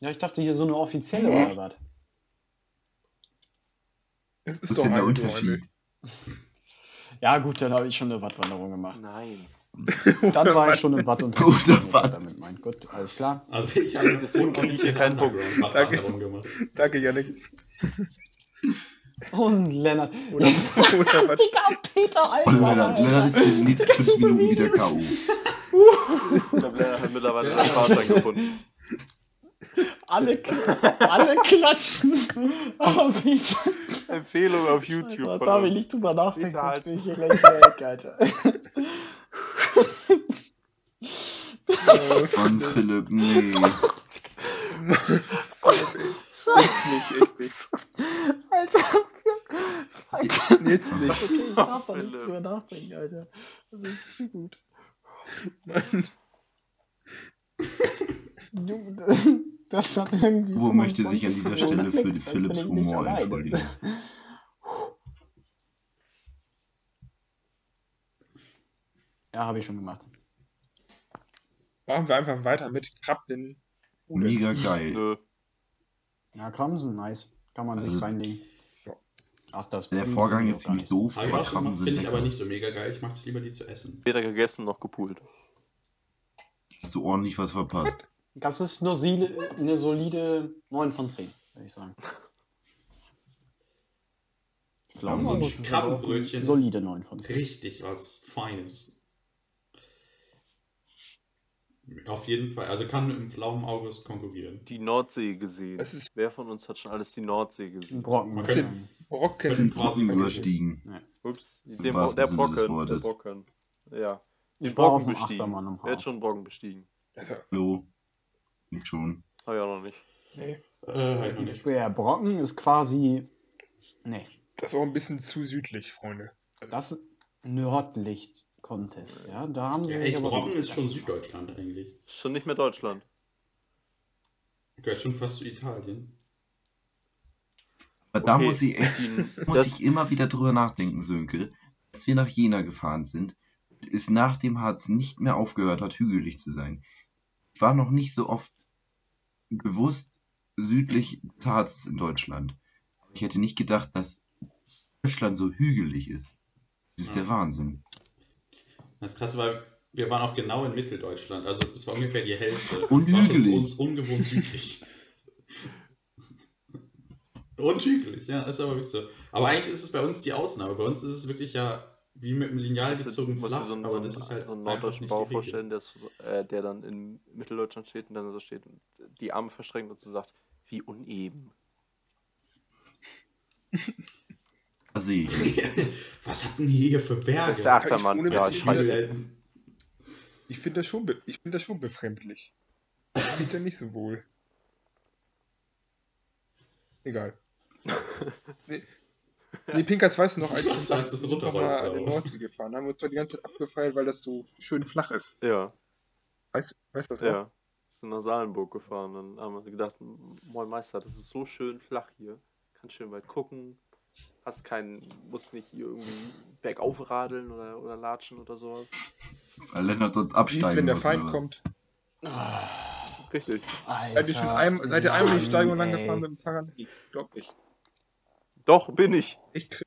ja, ich dachte hier so eine offizielle oder was. Es Was ist denn der eine Unterschied? Ja, gut, dann habe ich schon eine Wattwanderung gemacht. Nein. Dann war ich schon im Watt unterwegs. Guter Watt. Damit mein Gott, alles klar. Also ich habe Deswegen krieg ich hier keinen Punkt. Danke. Underground gemacht. Watt- Danke, Janik. Und Lennart. Oder, oder was? Digga, Peter, Alter. Und Lennart, Alter. Lennart ist in den nächsten fünf Minuten wieder K.O. Ich glaube, Lennart hat mittlerweile Ja. seinen Fahrschein gefunden. Alle, kl- alle klatschen. Aber Peter. Empfehlung auf YouTube YouTube Alter, von da will ich uns. nicht drüber nachdenken, Bitte sonst halt. bin ich hier gleich wieder weg, Alter. Mann, Philipp, nee. nicht, echt nicht. Alter. Fuck. Jetzt Okay, nicht. Also, Oh, ich darf da nicht Philipp. drüber nachdenken, Alter. Das ist zu gut. Mann. Junge, Das hat irgendwie. Wo möchte sich 25 an dieser Millionen Stelle für Klicks, Philipps als bin ich nicht Humor allein. entschuldigen? Ja, habe ich schon gemacht. Machen wir einfach weiter mit Krabben. Mega geil. Nö. Ja, Kramsen, nice. Kann man sich Also- reinlegen. Ach, das Der Blumen Vorgang finde ich ist auch gar ziemlich nicht. doof, Habe ich aber auch schon Krabben gemacht, sind finde ich aber lecker. nicht so mega geil. Ich mache es lieber, die zu essen. Weder gegessen noch gepoolt. Hast du ordentlich was verpasst. Das ist eine, Sile, eine solide 9 von 10, würde ich sagen. Ja, so ein Pflaumenmus ist aber auch Krabbenbrötchen eine ist- Solide 9 von 10. Richtig was Feines. Auf jeden Fall. Also kann mit dem Pflaumenaugust konkurrieren. Die Nordsee gesehen. Das ist Wer von uns hat schon alles die Nordsee Ein gesehen? Brocken. Okay. Den Rockkäse. Brocken überstiegen. Ups, Im den Bro wahrsten der Sinne des Brocken. Der Wortes. Brocken. Ja, den Ich war auf Brocken dem bestiegen. Achtermann im Wer hat Harz. schon einen Brocken bestiegen? Also, Hallo. Geht schon. Hab ich auch noch nicht. nee, Äh, halt noch nicht. Der Brocken ist quasi. Nee, das war ein bisschen zu südlich, Freunde. das ist Nördlicht-Contest. Ja, da haben sie Ja, sich ey, aber Brocken richtig ist schon Gedanken gemacht. Süddeutschland eigentlich. Ist Schon nicht mehr Deutschland. Gehört schon fast zu Italien. Aber da Okay. muss ich echt, Die, muss das, ich immer wieder drüber nachdenken, Sönke. Als wir nach Jena gefahren sind, ist nach dem Harz nicht mehr aufgehört hat, hügelig zu sein. Ich war noch nicht so oft bewusst südlich des Harzes in Deutschland. Ich hätte nicht gedacht, dass Deutschland so hügelig ist. Das ist Ja. Hm. der Wahnsinn. Das ist krass, weil wir waren auch genau in Mitteldeutschland. Also es war ungefähr die Hälfte. Und es war schon hügelig. für uns ungewohnt südlich. Und hügelig, ja, ist aber wirklich so. Aber eigentlich ist es bei uns die Ausnahme. Bei uns ist es wirklich ja wie mit einem Lineal musst du gezogen musst du flach, so einen, so aber einen, das ist halt so einen einfach norddeutschen nicht die Bauer Regel. vorstellen, der, so, äh, der dann in Mitteldeutschland steht und dann so steht und die Arme verschränkt und so sagt, wie uneben. Da sehe ich mich. Was hatten die hier für Berge? Das ist der Achtermann. ohne Ja, Witz, scheiße. Hügel. Ich finde das, schon be- ich find das schon befremdlich. Fühl mich dann nicht so wohl. Egal. Nee, nee Pinkas, weißt du noch, als wir Was sagst du, das noch runterrollst, mal an oder den was? Nordsee gefahren haben, wir uns doch die ganze Zeit abgefeiert, weil das so schön flach ist. Ja, Weißt du weißt du das noch? ja. Ist nach Salenburg gefahren. Dann haben wir gedacht, moin Meister, das ist so schön flach hier. Kannst schön weit gucken. Hast keinen, musst nicht hier irgendwie bergauf radeln oder, oder latschen oder sowas. Weil Lennart sonst Siehst, absteigen wenn der muss, Feind oder was? kommt. Ah, Richtig. Alter, Seid ihr, schon ein, seid ihr einmal die Steigung lang ey. gefahren mit dem Fahrrad? Ich glaub nicht. Doch, bin ich. Ich krieg-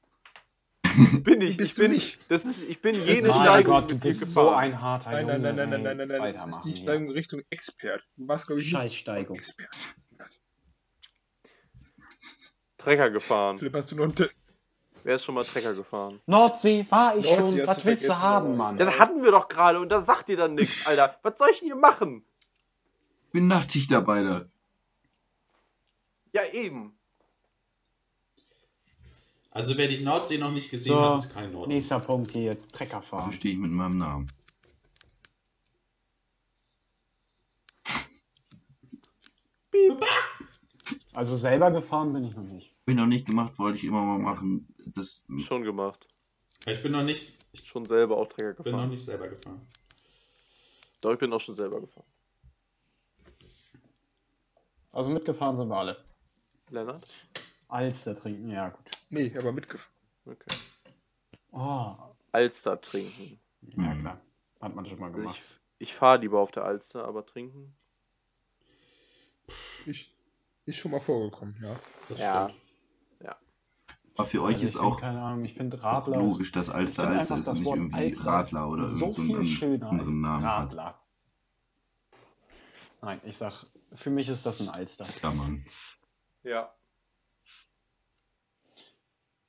Bin ich. Bist ich bin, du nicht? Das ist, ich bin ist- jede Jedes Mein Steigung Gott, mit du dir bist so gefahren. ein harter Nein, nein, Junge. nein, nein, nein, nein, nein, nein, nein. Das ist Weitermachen die hier. Steigung Richtung Expert. Du warst, glaube ich, nicht Scheißsteigung. Expert. Trecker gefahren. Philipp, hast du noch einen Tipp? Wer ist schon mal Trecker gefahren? Nordsee war ich Nordsee schon. hast Was du willst du vergessen, haben, aber- Mann? Ja, das hatten wir doch gerade und da sagt ihr dann nichts, Alter. Was soll ich denn hier machen? Ich bin Nachtschicht dabei da. Ja, eben. Also wer die Nordsee noch nicht gesehen So, hat, ist kein Nordsee. Nächster Punkt hier jetzt. Trecker Dafür fahren. stehe ich mit meinem Namen. Also selber gefahren bin ich noch nicht. Hab ich noch nicht gemacht, wollte ich immer mal machen. Das Schon gemacht. Ich bin noch nicht, ich Schon selber auch Trecker bin noch gefahren. nicht selber gefahren. Doch, ich bin auch schon selber gefahren. Also mitgefahren sind wir alle. Lennart? Alster trinken, ja gut. Nee, aber mitgefahren. Okay. Oh, Alster trinken. ja Mhm. klar. Hat man schon mal Also gemacht. ich ich fahre lieber auf der Alster, aber trinken. Ich, ist schon mal vorgekommen, ja. Das Ja. stimmt. war für Also euch ist ich find, auch Keine Ahnung, ich finde auch Radler. ist- logisch, dass ich Alster find Alster einfach ist das und nicht Wort irgendwie Alster ist Radler oder so irgend so einen viel schöner anderen als anderen Namen hat. Radler. Nein, ich sag, für mich ist das ein Alster. Ja, Mann.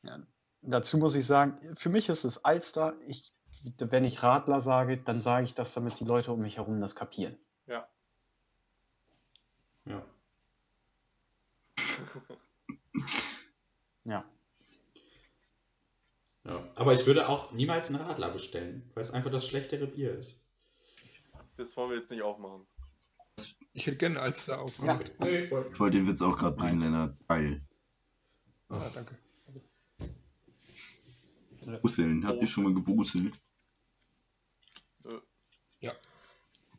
Ja. Dazu muss ich sagen, für mich ist es Alster. Ich, wenn ich Radler sage, dann sage ich das, damit die Leute um mich herum das kapieren. Ja. Ja. ja. Aber ich würde auch niemals einen Radler bestellen, weil es einfach das schlechtere Bier ist. Das wollen wir jetzt nicht aufmachen. Ich hätte gerne als da auf. Ja. Nee, ich wollte. Ich wollte den Witz auch gerade bringen, Lennart. Geil. Ah, danke. Brusseln. Habt ihr schon mal gebruselt?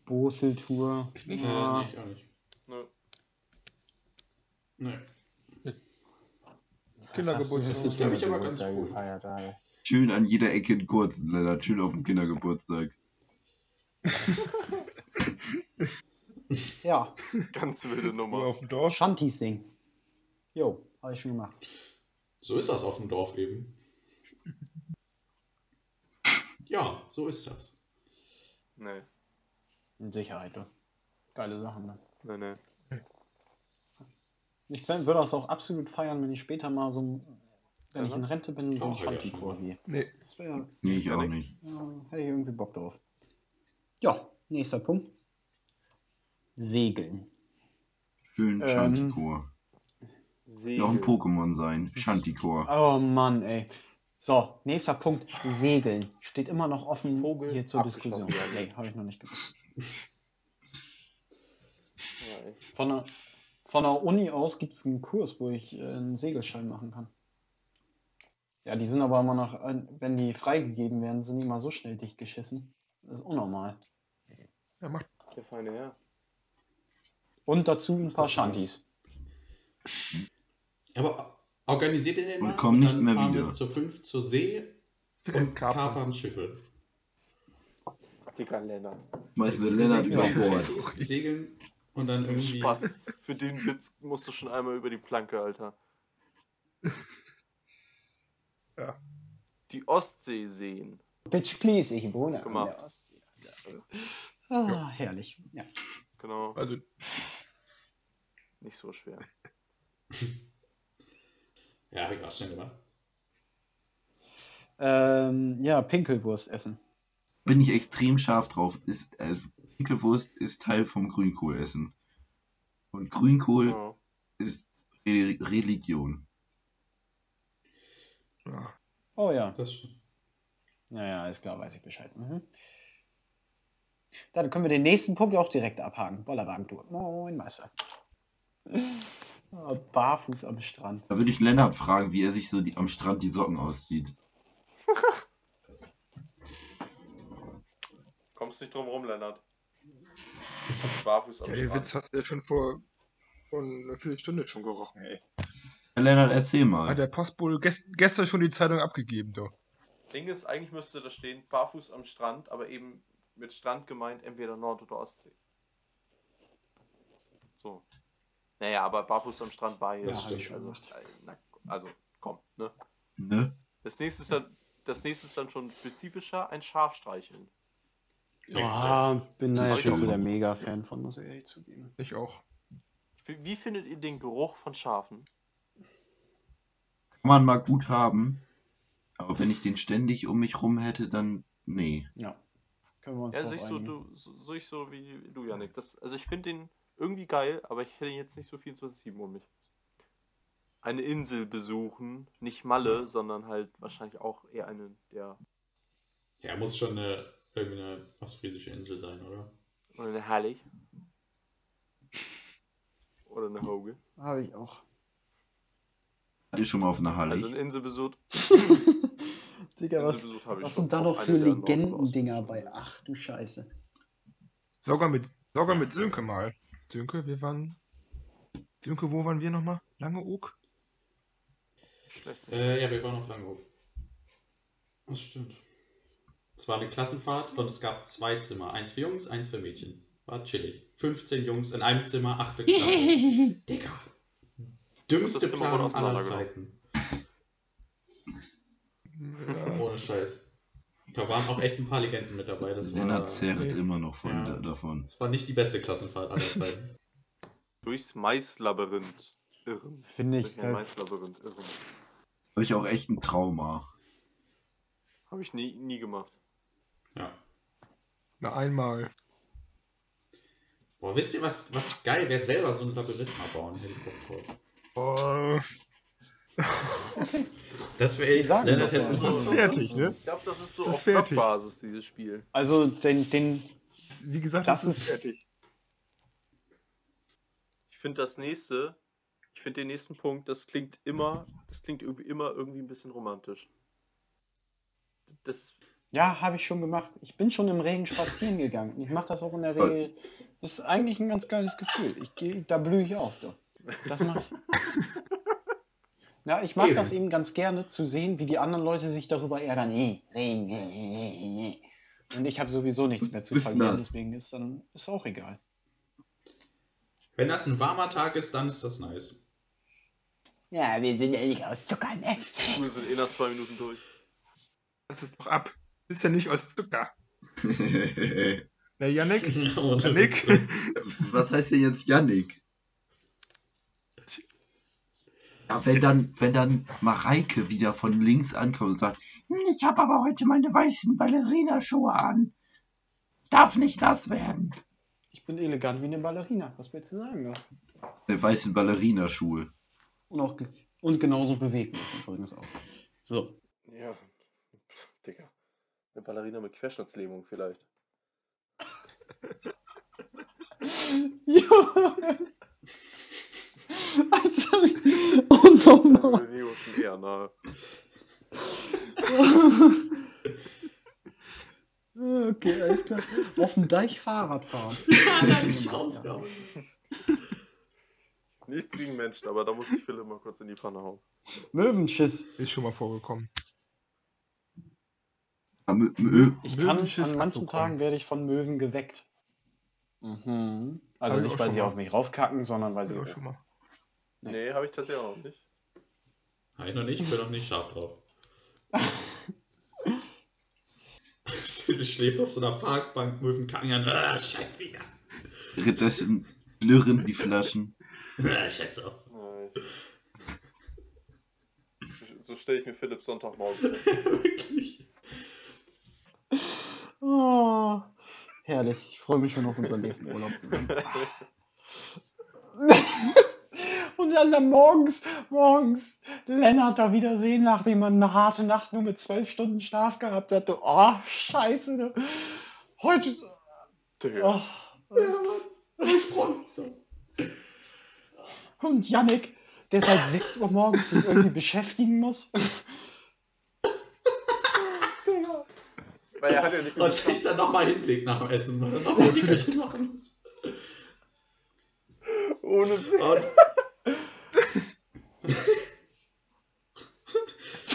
Boseltour. Ich Nee, nicht. nee, ich auch nicht. Nö. Nee. äh, Kindergeburtstag. Das ist, glaub ich, aber ganz cool. gefeiert, Alter. Schön an jeder Ecke in kurzen, Lennart. Schön auf dem Kindergeburtstag. Ja, Ganz wilde Nur Nummer. auf dem Dorf. Shanties singen. Jo, habe ich schon gemacht. So ist das auf dem Dorf eben. Ja, so ist das. Nee, In Sicherheit, du. Geile Sachen, ne? nee, nee. Ich fänd- würde das auch absolut feiern, wenn ich später mal so, ein- wenn ich in Rente bin, so ein ne? Auch ja schon Shanty-Tour mal. gehe. Nee, Das wäre, Nee, ich auch nicht. ja, hätte ich irgendwie Bock drauf. Ja, nächster Punkt. Segeln. Schön Ähm, Shantikor. Noch ein Segel. Pokémon sein. Shantikor. Oh Mann, ey. So, nächster Punkt. Segeln. Steht immer noch offen Vogel hier zur abgeschossen Diskussion. werden. Nee, habe ich noch nicht gemacht. Ja, ey. Von der, von der Uni aus gibt es einen Kurs, wo ich äh, einen Segelschein machen kann. Ja, die sind aber immer noch, äh, wenn die freigegeben werden, sind die immer so schnell dicht geschissen. Das ist unnormal. er macht Der feine Herr. Und dazu ein paar Shanties. Aber organisiert ihr den Und mal? komm nicht dann mehr fahren wieder. Wir zu fünf zur See und Kapern. kapern Schiffe. Dicker Lennart. Weißt du, Lennart über Bord. Segeln und dann irgendwie. Spaß. Für den Witz musst du schon einmal über die Planke, Alter. Ja. Die Ostsee sehen. Bitch, please, ich wohne an Gemacht. der Ostsee. Ah, herrlich. Ja. Genau, also nicht so schwer. Ja, hab ich auch schnell gemacht. Ähm, ja, Pinkelwurst essen. Bin ich extrem scharf drauf. Ist, also, Pinkelwurst ist Teil vom Grünkohlessen. Und Grünkohl Ja. ist Re Religion. ja, Oh ja. Das stimmt. Naja, alles klar, weiß ich Bescheid. Mhm. Dann können wir den nächsten Punkt auch direkt abhaken. Bollerwagentour. Moin, Meister. Ah, Barfuß am Strand. Da würde ich Lennart fragen, wie er sich so die, am Strand die Socken auszieht. Kommst nicht drum rum, Lennart. Barfuß am Ja, ihr Strand. Witz hast du ja schon vor, vor einer Viertelstunde schon gerochen, ey. Ja, Lennart, erzähl Hat mal. der Postbote gest gestern schon die Zeitung abgegeben, doch. Ding ist, eigentlich müsste da stehen, barfuß am Strand, aber eben mit Strand gemeint entweder Nord- oder Ostsee. So. Naja, aber barfuß am Strand war jetzt. Das stimmt also, äh, na, also, komm, ne? Ne? Das nächste ist dann, das nächste ist dann schon spezifischer, ein Schafstreicheln. Ah, bin da Das ja ist schon so schon- der Mega-Fan von, muss ich ehrlich zugeben. Ich auch. Wie, wie findet ihr den Geruch von Schafen? Kann man mal gut haben. Aber wenn ich den ständig um mich rum hätte, dann. Nee. Ja. Können wir uns Ja, ja, sehe ich so, einigen. du, so, sehe ich so wie du, Janik. Das, also ich finde den irgendwie geil, aber ich hätte ihn jetzt nicht so 24-7 um mich. Eine Insel besuchen, nicht Malle, sondern halt wahrscheinlich auch eher eine der Ja, muss schon eine, irgendwie eine ostfriesische Insel sein, oder? oder eine Herrlich. Oder eine Hoge. Habe ich auch. Hat ihr schon mal auf einer Halle? Also eine Insel besucht. Digga, was, Insel besucht habe ich was schon. sind da Auch noch eine für der Nord- oder Legendendinger bei? Ostinseln. Ach du Scheiße. Sogar mit, sogar mit Sönke mal. Sönke, wir waren. Sönke, wo waren wir nochmal? Langeoog? Schlecht. Äh, ja, wir waren auf Langhof. Das stimmt. Es war eine Klassenfahrt und es gab zwei Zimmer. Eins für Jungs, eins für Mädchen. War chillig. 15 Jungs in einem Zimmer, achte Klasse. Digga. Dümmste Das Zimmer wurde Planung aller auseinandergenommen. Zeiten. Ohne Scheiß. Da waren auch echt ein paar Legenden mit dabei. Das war, Lennart das zehrt nee. immer noch von, Ja. da- davon. war nicht die beste Klassenfahrt aller Zeiten. Durchs Maislabyrinth. Irren. Finde ich Durch ein geil. Maislabyrinth. Irren. Habe ich auch echt ein Trauma. Habe ich nie, nie gemacht. Ja. Na, einmal. Boah, wisst ihr, was, was geil wäre, selber so ein Labyrinth mal bauen? Hätte ich Bock drauf. Oh, Das wäre echt. sagen das Lennart hätte jetzt. so- das ist fertig, ne? Ich glaube, das ist so Das ist auf fertig. Basis, dieses Spiel. Also, den, den, Wie gesagt, Das ist- fertig. Ich finde das nächste, ich finde den nächsten Punkt, das klingt immer, das klingt irgendwie immer irgendwie ein bisschen romantisch. Das, ja, habe ich schon gemacht. Ich bin schon im Regen spazieren gegangen. Ich mache das auch in der Regel. Das ist eigentlich ein ganz geiles Gefühl. Ich geh, da blühe ich auf. Doch. Das mache ich. Ja, ich mag Eben. das eben ganz gerne zu sehen, wie die anderen Leute sich darüber ärgern. Nee, Regen, nee, nee, nee, nee. Und ich habe sowieso nichts mehr zu Bist verlieren, nass. deswegen ist dann ist auch egal. Wenn das ein warmer Tag ist, dann ist das nice. Ja, wir sind ja nicht aus Zucker, ne? wir sind eh nach zwei Minuten durch. Das ist doch ab. Ist ja nicht aus Zucker. Na, Yannick? Ohne Nick? Witz. Was heißt denn jetzt Yannick? Ja, wenn dann, wenn dann Mareike wieder von links ankommt und sagt, "Hm, ich habe aber heute meine weißen Ballerina-Schuhe an. Ich darf nicht nass werden. Ich bin elegant wie eine Ballerina. Was willst du sagen? Ne? Meine weißen Ballerina-Schuhe. Und, auch ge und genauso beweglich übrigens auch. So. Ja, Digga. Eine Ballerina mit Querschnittslähmung vielleicht. Ja. Also, oh Mann. Leo schon eher nahe. Okay, alles klar. Auf dem Deich Fahrrad fahren. Ja, da hab ich rausgehauen. Nichts gegen Menschen, aber da muss ich Philipp mal kurz in die Pfanne hauen. Möwenschiss. Ist schon mal vorgekommen. Am, Ö- Ö- Ich kann, Möwenschiss an manchen abbekommen. Tagen werde ich von Möwen geweckt. Mhm. Also Hab ich nicht, auch weil schon sie mal. auf mich raufkacken, sondern weil Hab sie. ich auch schon mal. Nee, habe ich tatsächlich auch noch nicht. Hab ich noch nicht, ich bin noch nicht scharf drauf. Sibylle schläft auf so einer Parkbank, Möwen kacken an. Ah, scheiß wieder. Rittdessen klirren die Flaschen. Ah, scheiß auf. Nein. So- So stelle ich mir Philipp Sonntagmorgen vor. Wirklich. Oh, herrlich. Ich freue mich schon auf unseren nächsten Urlaub zusammen. Und dann, dann morgens, morgens, Lennart da wiedersehen, nachdem man eine harte Nacht nur mit zwölf Stunden Schlaf gehabt hatte. Oh, scheiße. ne? Heute, Digga. Oh, Ja, Mann. Ich freue mich so. und Yannick, der seit 6 Uhr morgens sich irgendwie beschäftigen muss. Digga. Weil er hat ja nicht Und sich dann nochmal hinlegt nach dem Essen, weil er nochmal Nickerchen machen muss. ohne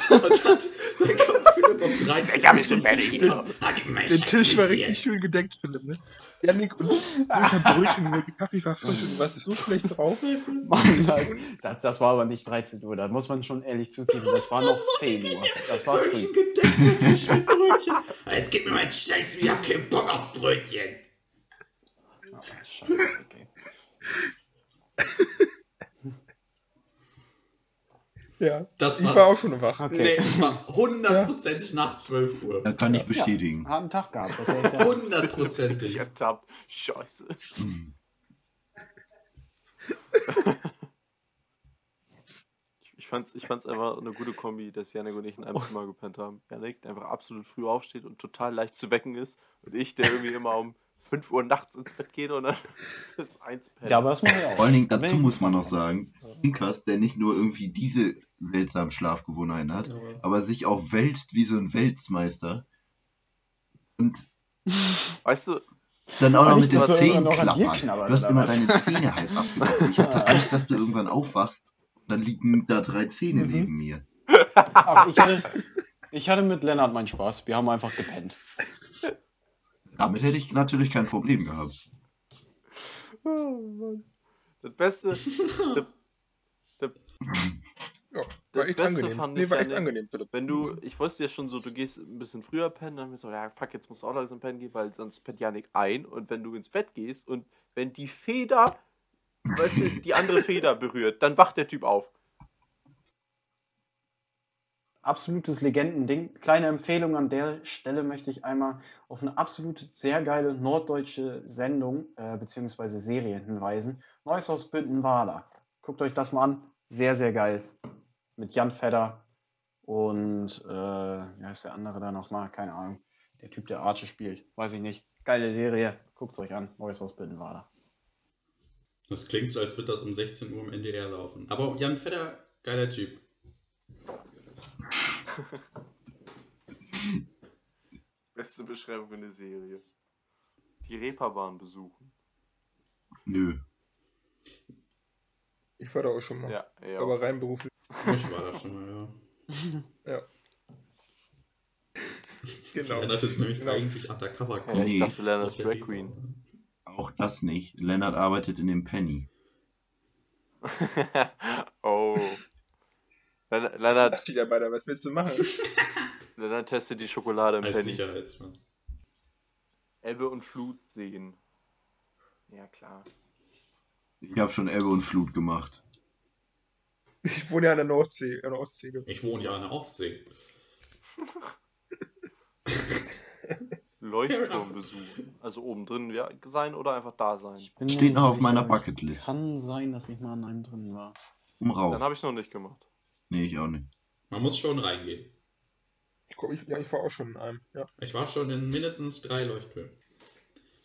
Und, und dann, dann kommt Philipp um 13 Uhr. Ich Der Tisch war richtig schön gedeckt, Philipp, ne? Janik und so ein Brötchen geholt, der Kaffee war frisch und du warst so schlecht drauf. Mann, Mann, das, das war aber nicht 13 Uhr, da muss man schon ehrlich zugeben, das war noch 10 Uhr. Das war Solchen früh. gedeckten Tisch mit Brötchen. Jetzt gib mir mein Scheiß, ich hab keinen Bock auf Brötchen. Ah, Scheiße, okay. Ja. Das Ich war, war auch schon wach. nee, okay. das war hundertprozentig nach 12 Uhr. Da kann ich bestätigen. Harten Tag gehabt. Das heißt ja, Hundertprozentig. ertappt. Scheiße. Hm. Ich, ich fand's, ich fand's einfach eine gute Kombi, dass Janik und ich in Oh. einem Zimmer gepennt haben. Janik, der einfach absolut früh aufsteht und total leicht zu wecken ist. Und ich, der irgendwie immer um 5 Uhr nachts ins Bett geht und dann bis 1 pennt. ja, aber das mache ich Vor auch. allen Dingen dazu muss man noch sagen, Inkas, der nicht nur irgendwie diese seltsamen Schlafgewohnheiten hat, aber sich auch wälzt wie so ein Weltmeister und Weißt du, dann auch Aber noch nicht, mit den dass du Zähnen irgendwann noch an dir klappern. knabberst, Du hast oder immer was? deine Zähne halb abgelassen. Ich hatte Angst, dass du irgendwann aufwachst. Dann liegen da drei Zähne Mhm. neben mir. Aber ich hatte, ich hatte mit Lennart meinen Spaß, wir haben einfach gepennt. Damit hätte ich natürlich kein Problem gehabt. das Beste, das, Ja, war Das echt Beste angenehm. fand Nee, ich war ja echt nicht. angenehm, Philipp. wenn du, ich wusste ja schon so, du gehst ein bisschen früher pennen, dann haben wir so, ja, fuck, jetzt musst du auch langsam pennen gehen, weil sonst pennt Janik ein. Und wenn du ins Bett gehst und wenn die Feder, weißt du, die andere Feder berührt, dann wacht der Typ auf. absolutes Legendending. Kleine Empfehlung an der Stelle möchte ich einmal auf eine absolut sehr geile norddeutsche Sendung äh, bzw. Serie hinweisen. Neues aus Bünden-Wala. Guckt euch das mal an. Sehr, sehr geil. Mit Jan Fedder und äh, wie heißt der andere da nochmal? Keine Ahnung. Der Typ, der Arche spielt. Weiß ich nicht. Geile Serie. Guckt euch an. Neues aus Bünden-Wala. Das klingt so, als würde das um 16 Uhr im NDR laufen. Aber Jan Fedder, geiler Typ. Beste Beschreibung für eine Serie. Die Reeperbahn besuchen. Nö. Ich war da auch schon mal. Ja, ja. Aber rein beruflich. Ich war da schon mal, ja. Genau. Lennart ist nämlich Genau. eigentlich undercover ja ich Nee. dachte, Lennart Auf ist der Drag Liga. Queen. Auch das nicht. Lennart arbeitet in dem Penny. oh. Len- Lennart, Dachte ich dabei, da, was willst du machen? Lennart testet die Schokolade im Als Penny. Sicherheitsmann. Ebbe und Flut sehen. Ja, klar. Ich habe schon Ebbe und Flut gemacht. Ich wohne ja an der Nordsee, an der Ostsee. Ich wohne ja an der Ostsee. Leuchtturm besuchen. Also oben drin ja, sein oder einfach da sein. Bin mir Steht nicht noch auf sicher, meiner aber Bucketlist. Kann sein, dass ich mal an einem drin war. Um rauf. Dann habe ich noch nicht gemacht. Nee, ich auch nicht. Man muss schon reingehen. Ich, komm, ich, ja, ich war auch schon in einem. Ja. Ich war schon in mindestens drei Leuchttürmen.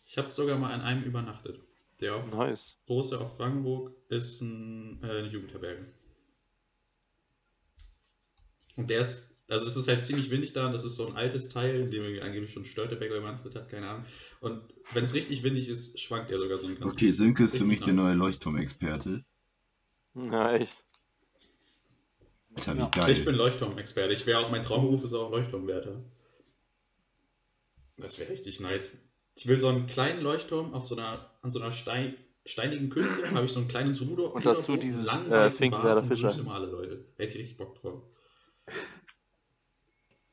Ich habe sogar mal an einem übernachtet. Der auf Nice. große auf Frankenburg ist ein, äh, eine Jugendherberge. Und der ist, also es ist halt ziemlich windig da und das ist so ein altes Teil, in dem wir angeblich schon Störtebecker übernachtet hat, keine Ahnung. Und wenn es richtig windig ist, schwankt er sogar so ein ganz Okay, bisschen. Sönke ist für Richtig mich der nice. neue Leuchtturmexperte. Ja, echt. Alter, Ja. wie Ich bin geil. Leuchtturmexperte. Ich wäre auch mein Traumberuf ist auch Leuchtturmwärter. Das wäre richtig nice. Ich will so einen kleinen Leuchtturm auf so einer an so einer Stein, steinigen Küste habe ich so einen kleinen Ruder Und dazu dieses, äh, Think Werder Fischer. Fischer. Immer alle Leute. Hätte ich richtig Bock drauf.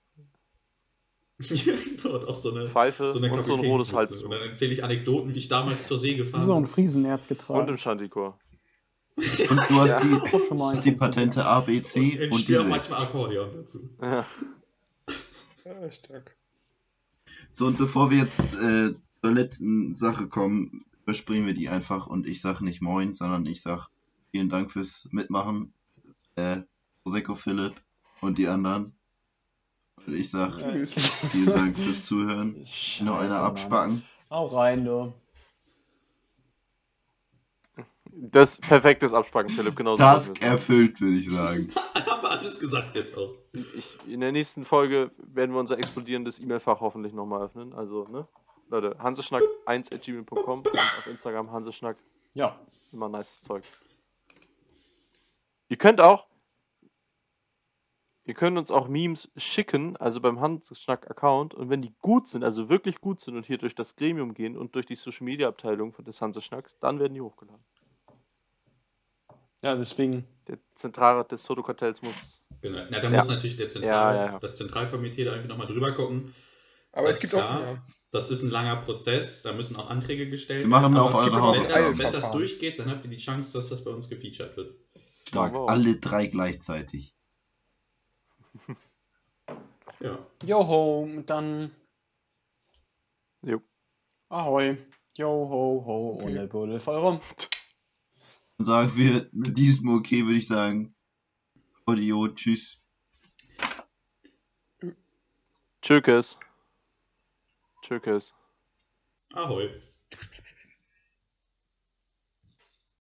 Ja, genau, und auch so eine, Pfeife so eine und so ein Kaffee-Kings-Mütze. rotes Und Halstuch. dann erzähle ich Anekdoten, wie ich damals zur See gefahren So ein Friesenerz getragen. Und im Shantikor. Und du hast die, Schon mal du hast eins die gefunden. Patente A, B, bin. C Und und ich spiele auch diese. manchmal Akkordeon dazu. Ja. Ah, stark. So, und bevor wir jetzt äh, zur letzten Sache kommen, überspringen wir die einfach und ich sag nicht Moin, sondern ich sag vielen Dank fürs Mitmachen. Äh, Prosecco Philipp und die anderen. Und ich sag Äh, vielen Dank fürs Zuhören. Scheiße, Noch einer Mann. abspacken. Hau rein, du. Das perfektes Abspacken, Philipp, genau so machen Task wir es. erfüllt, würde ich sagen. Haben wir alles gesagt jetzt auch. Ich, in der nächsten Folge werden wir unser explodierendes E-Mail-Fach hoffentlich nochmal öffnen. Also, ne? Leute, hanseschnack1.gmail.com und auf Instagram hanseschnack. Ja. Immer nices Zeug. Ihr könnt auch. Ihr könnt uns auch Memes schicken, also beim Hanseschnack-Account. Und wenn die gut sind, also wirklich gut sind und hier durch das Gremium gehen und durch die Social-Media-Abteilung des Hanseschnacks, dann werden die hochgeladen. Ja, deswegen. Der Zentralrat des Soto-Kartells muss. Genau. Na, da Ja. muss natürlich der Ja, Zentral, ja, ja. das Zentralkomitee da irgendwie nochmal drüber gucken. Aber Das es gibt ist auch. klar. Das ist ein langer Prozess, da müssen auch Anträge gestellt Wir machen werden, auch aber es eure gibt- wenn das, Hausaufgaben. wenn das durchgeht, dann habt ihr die Chance, dass das bei uns gefeatured wird. Stark. Wow. Alle drei gleichzeitig. Ja. Joho, und dann. Jo. Ahoi. Joho, ho, Okay. und der Buddel voll rum. Dann sagen wir mit diesem Okay, würde ich sagen. Audio, tschüss. Tschökes. Tschökes. Ahoi.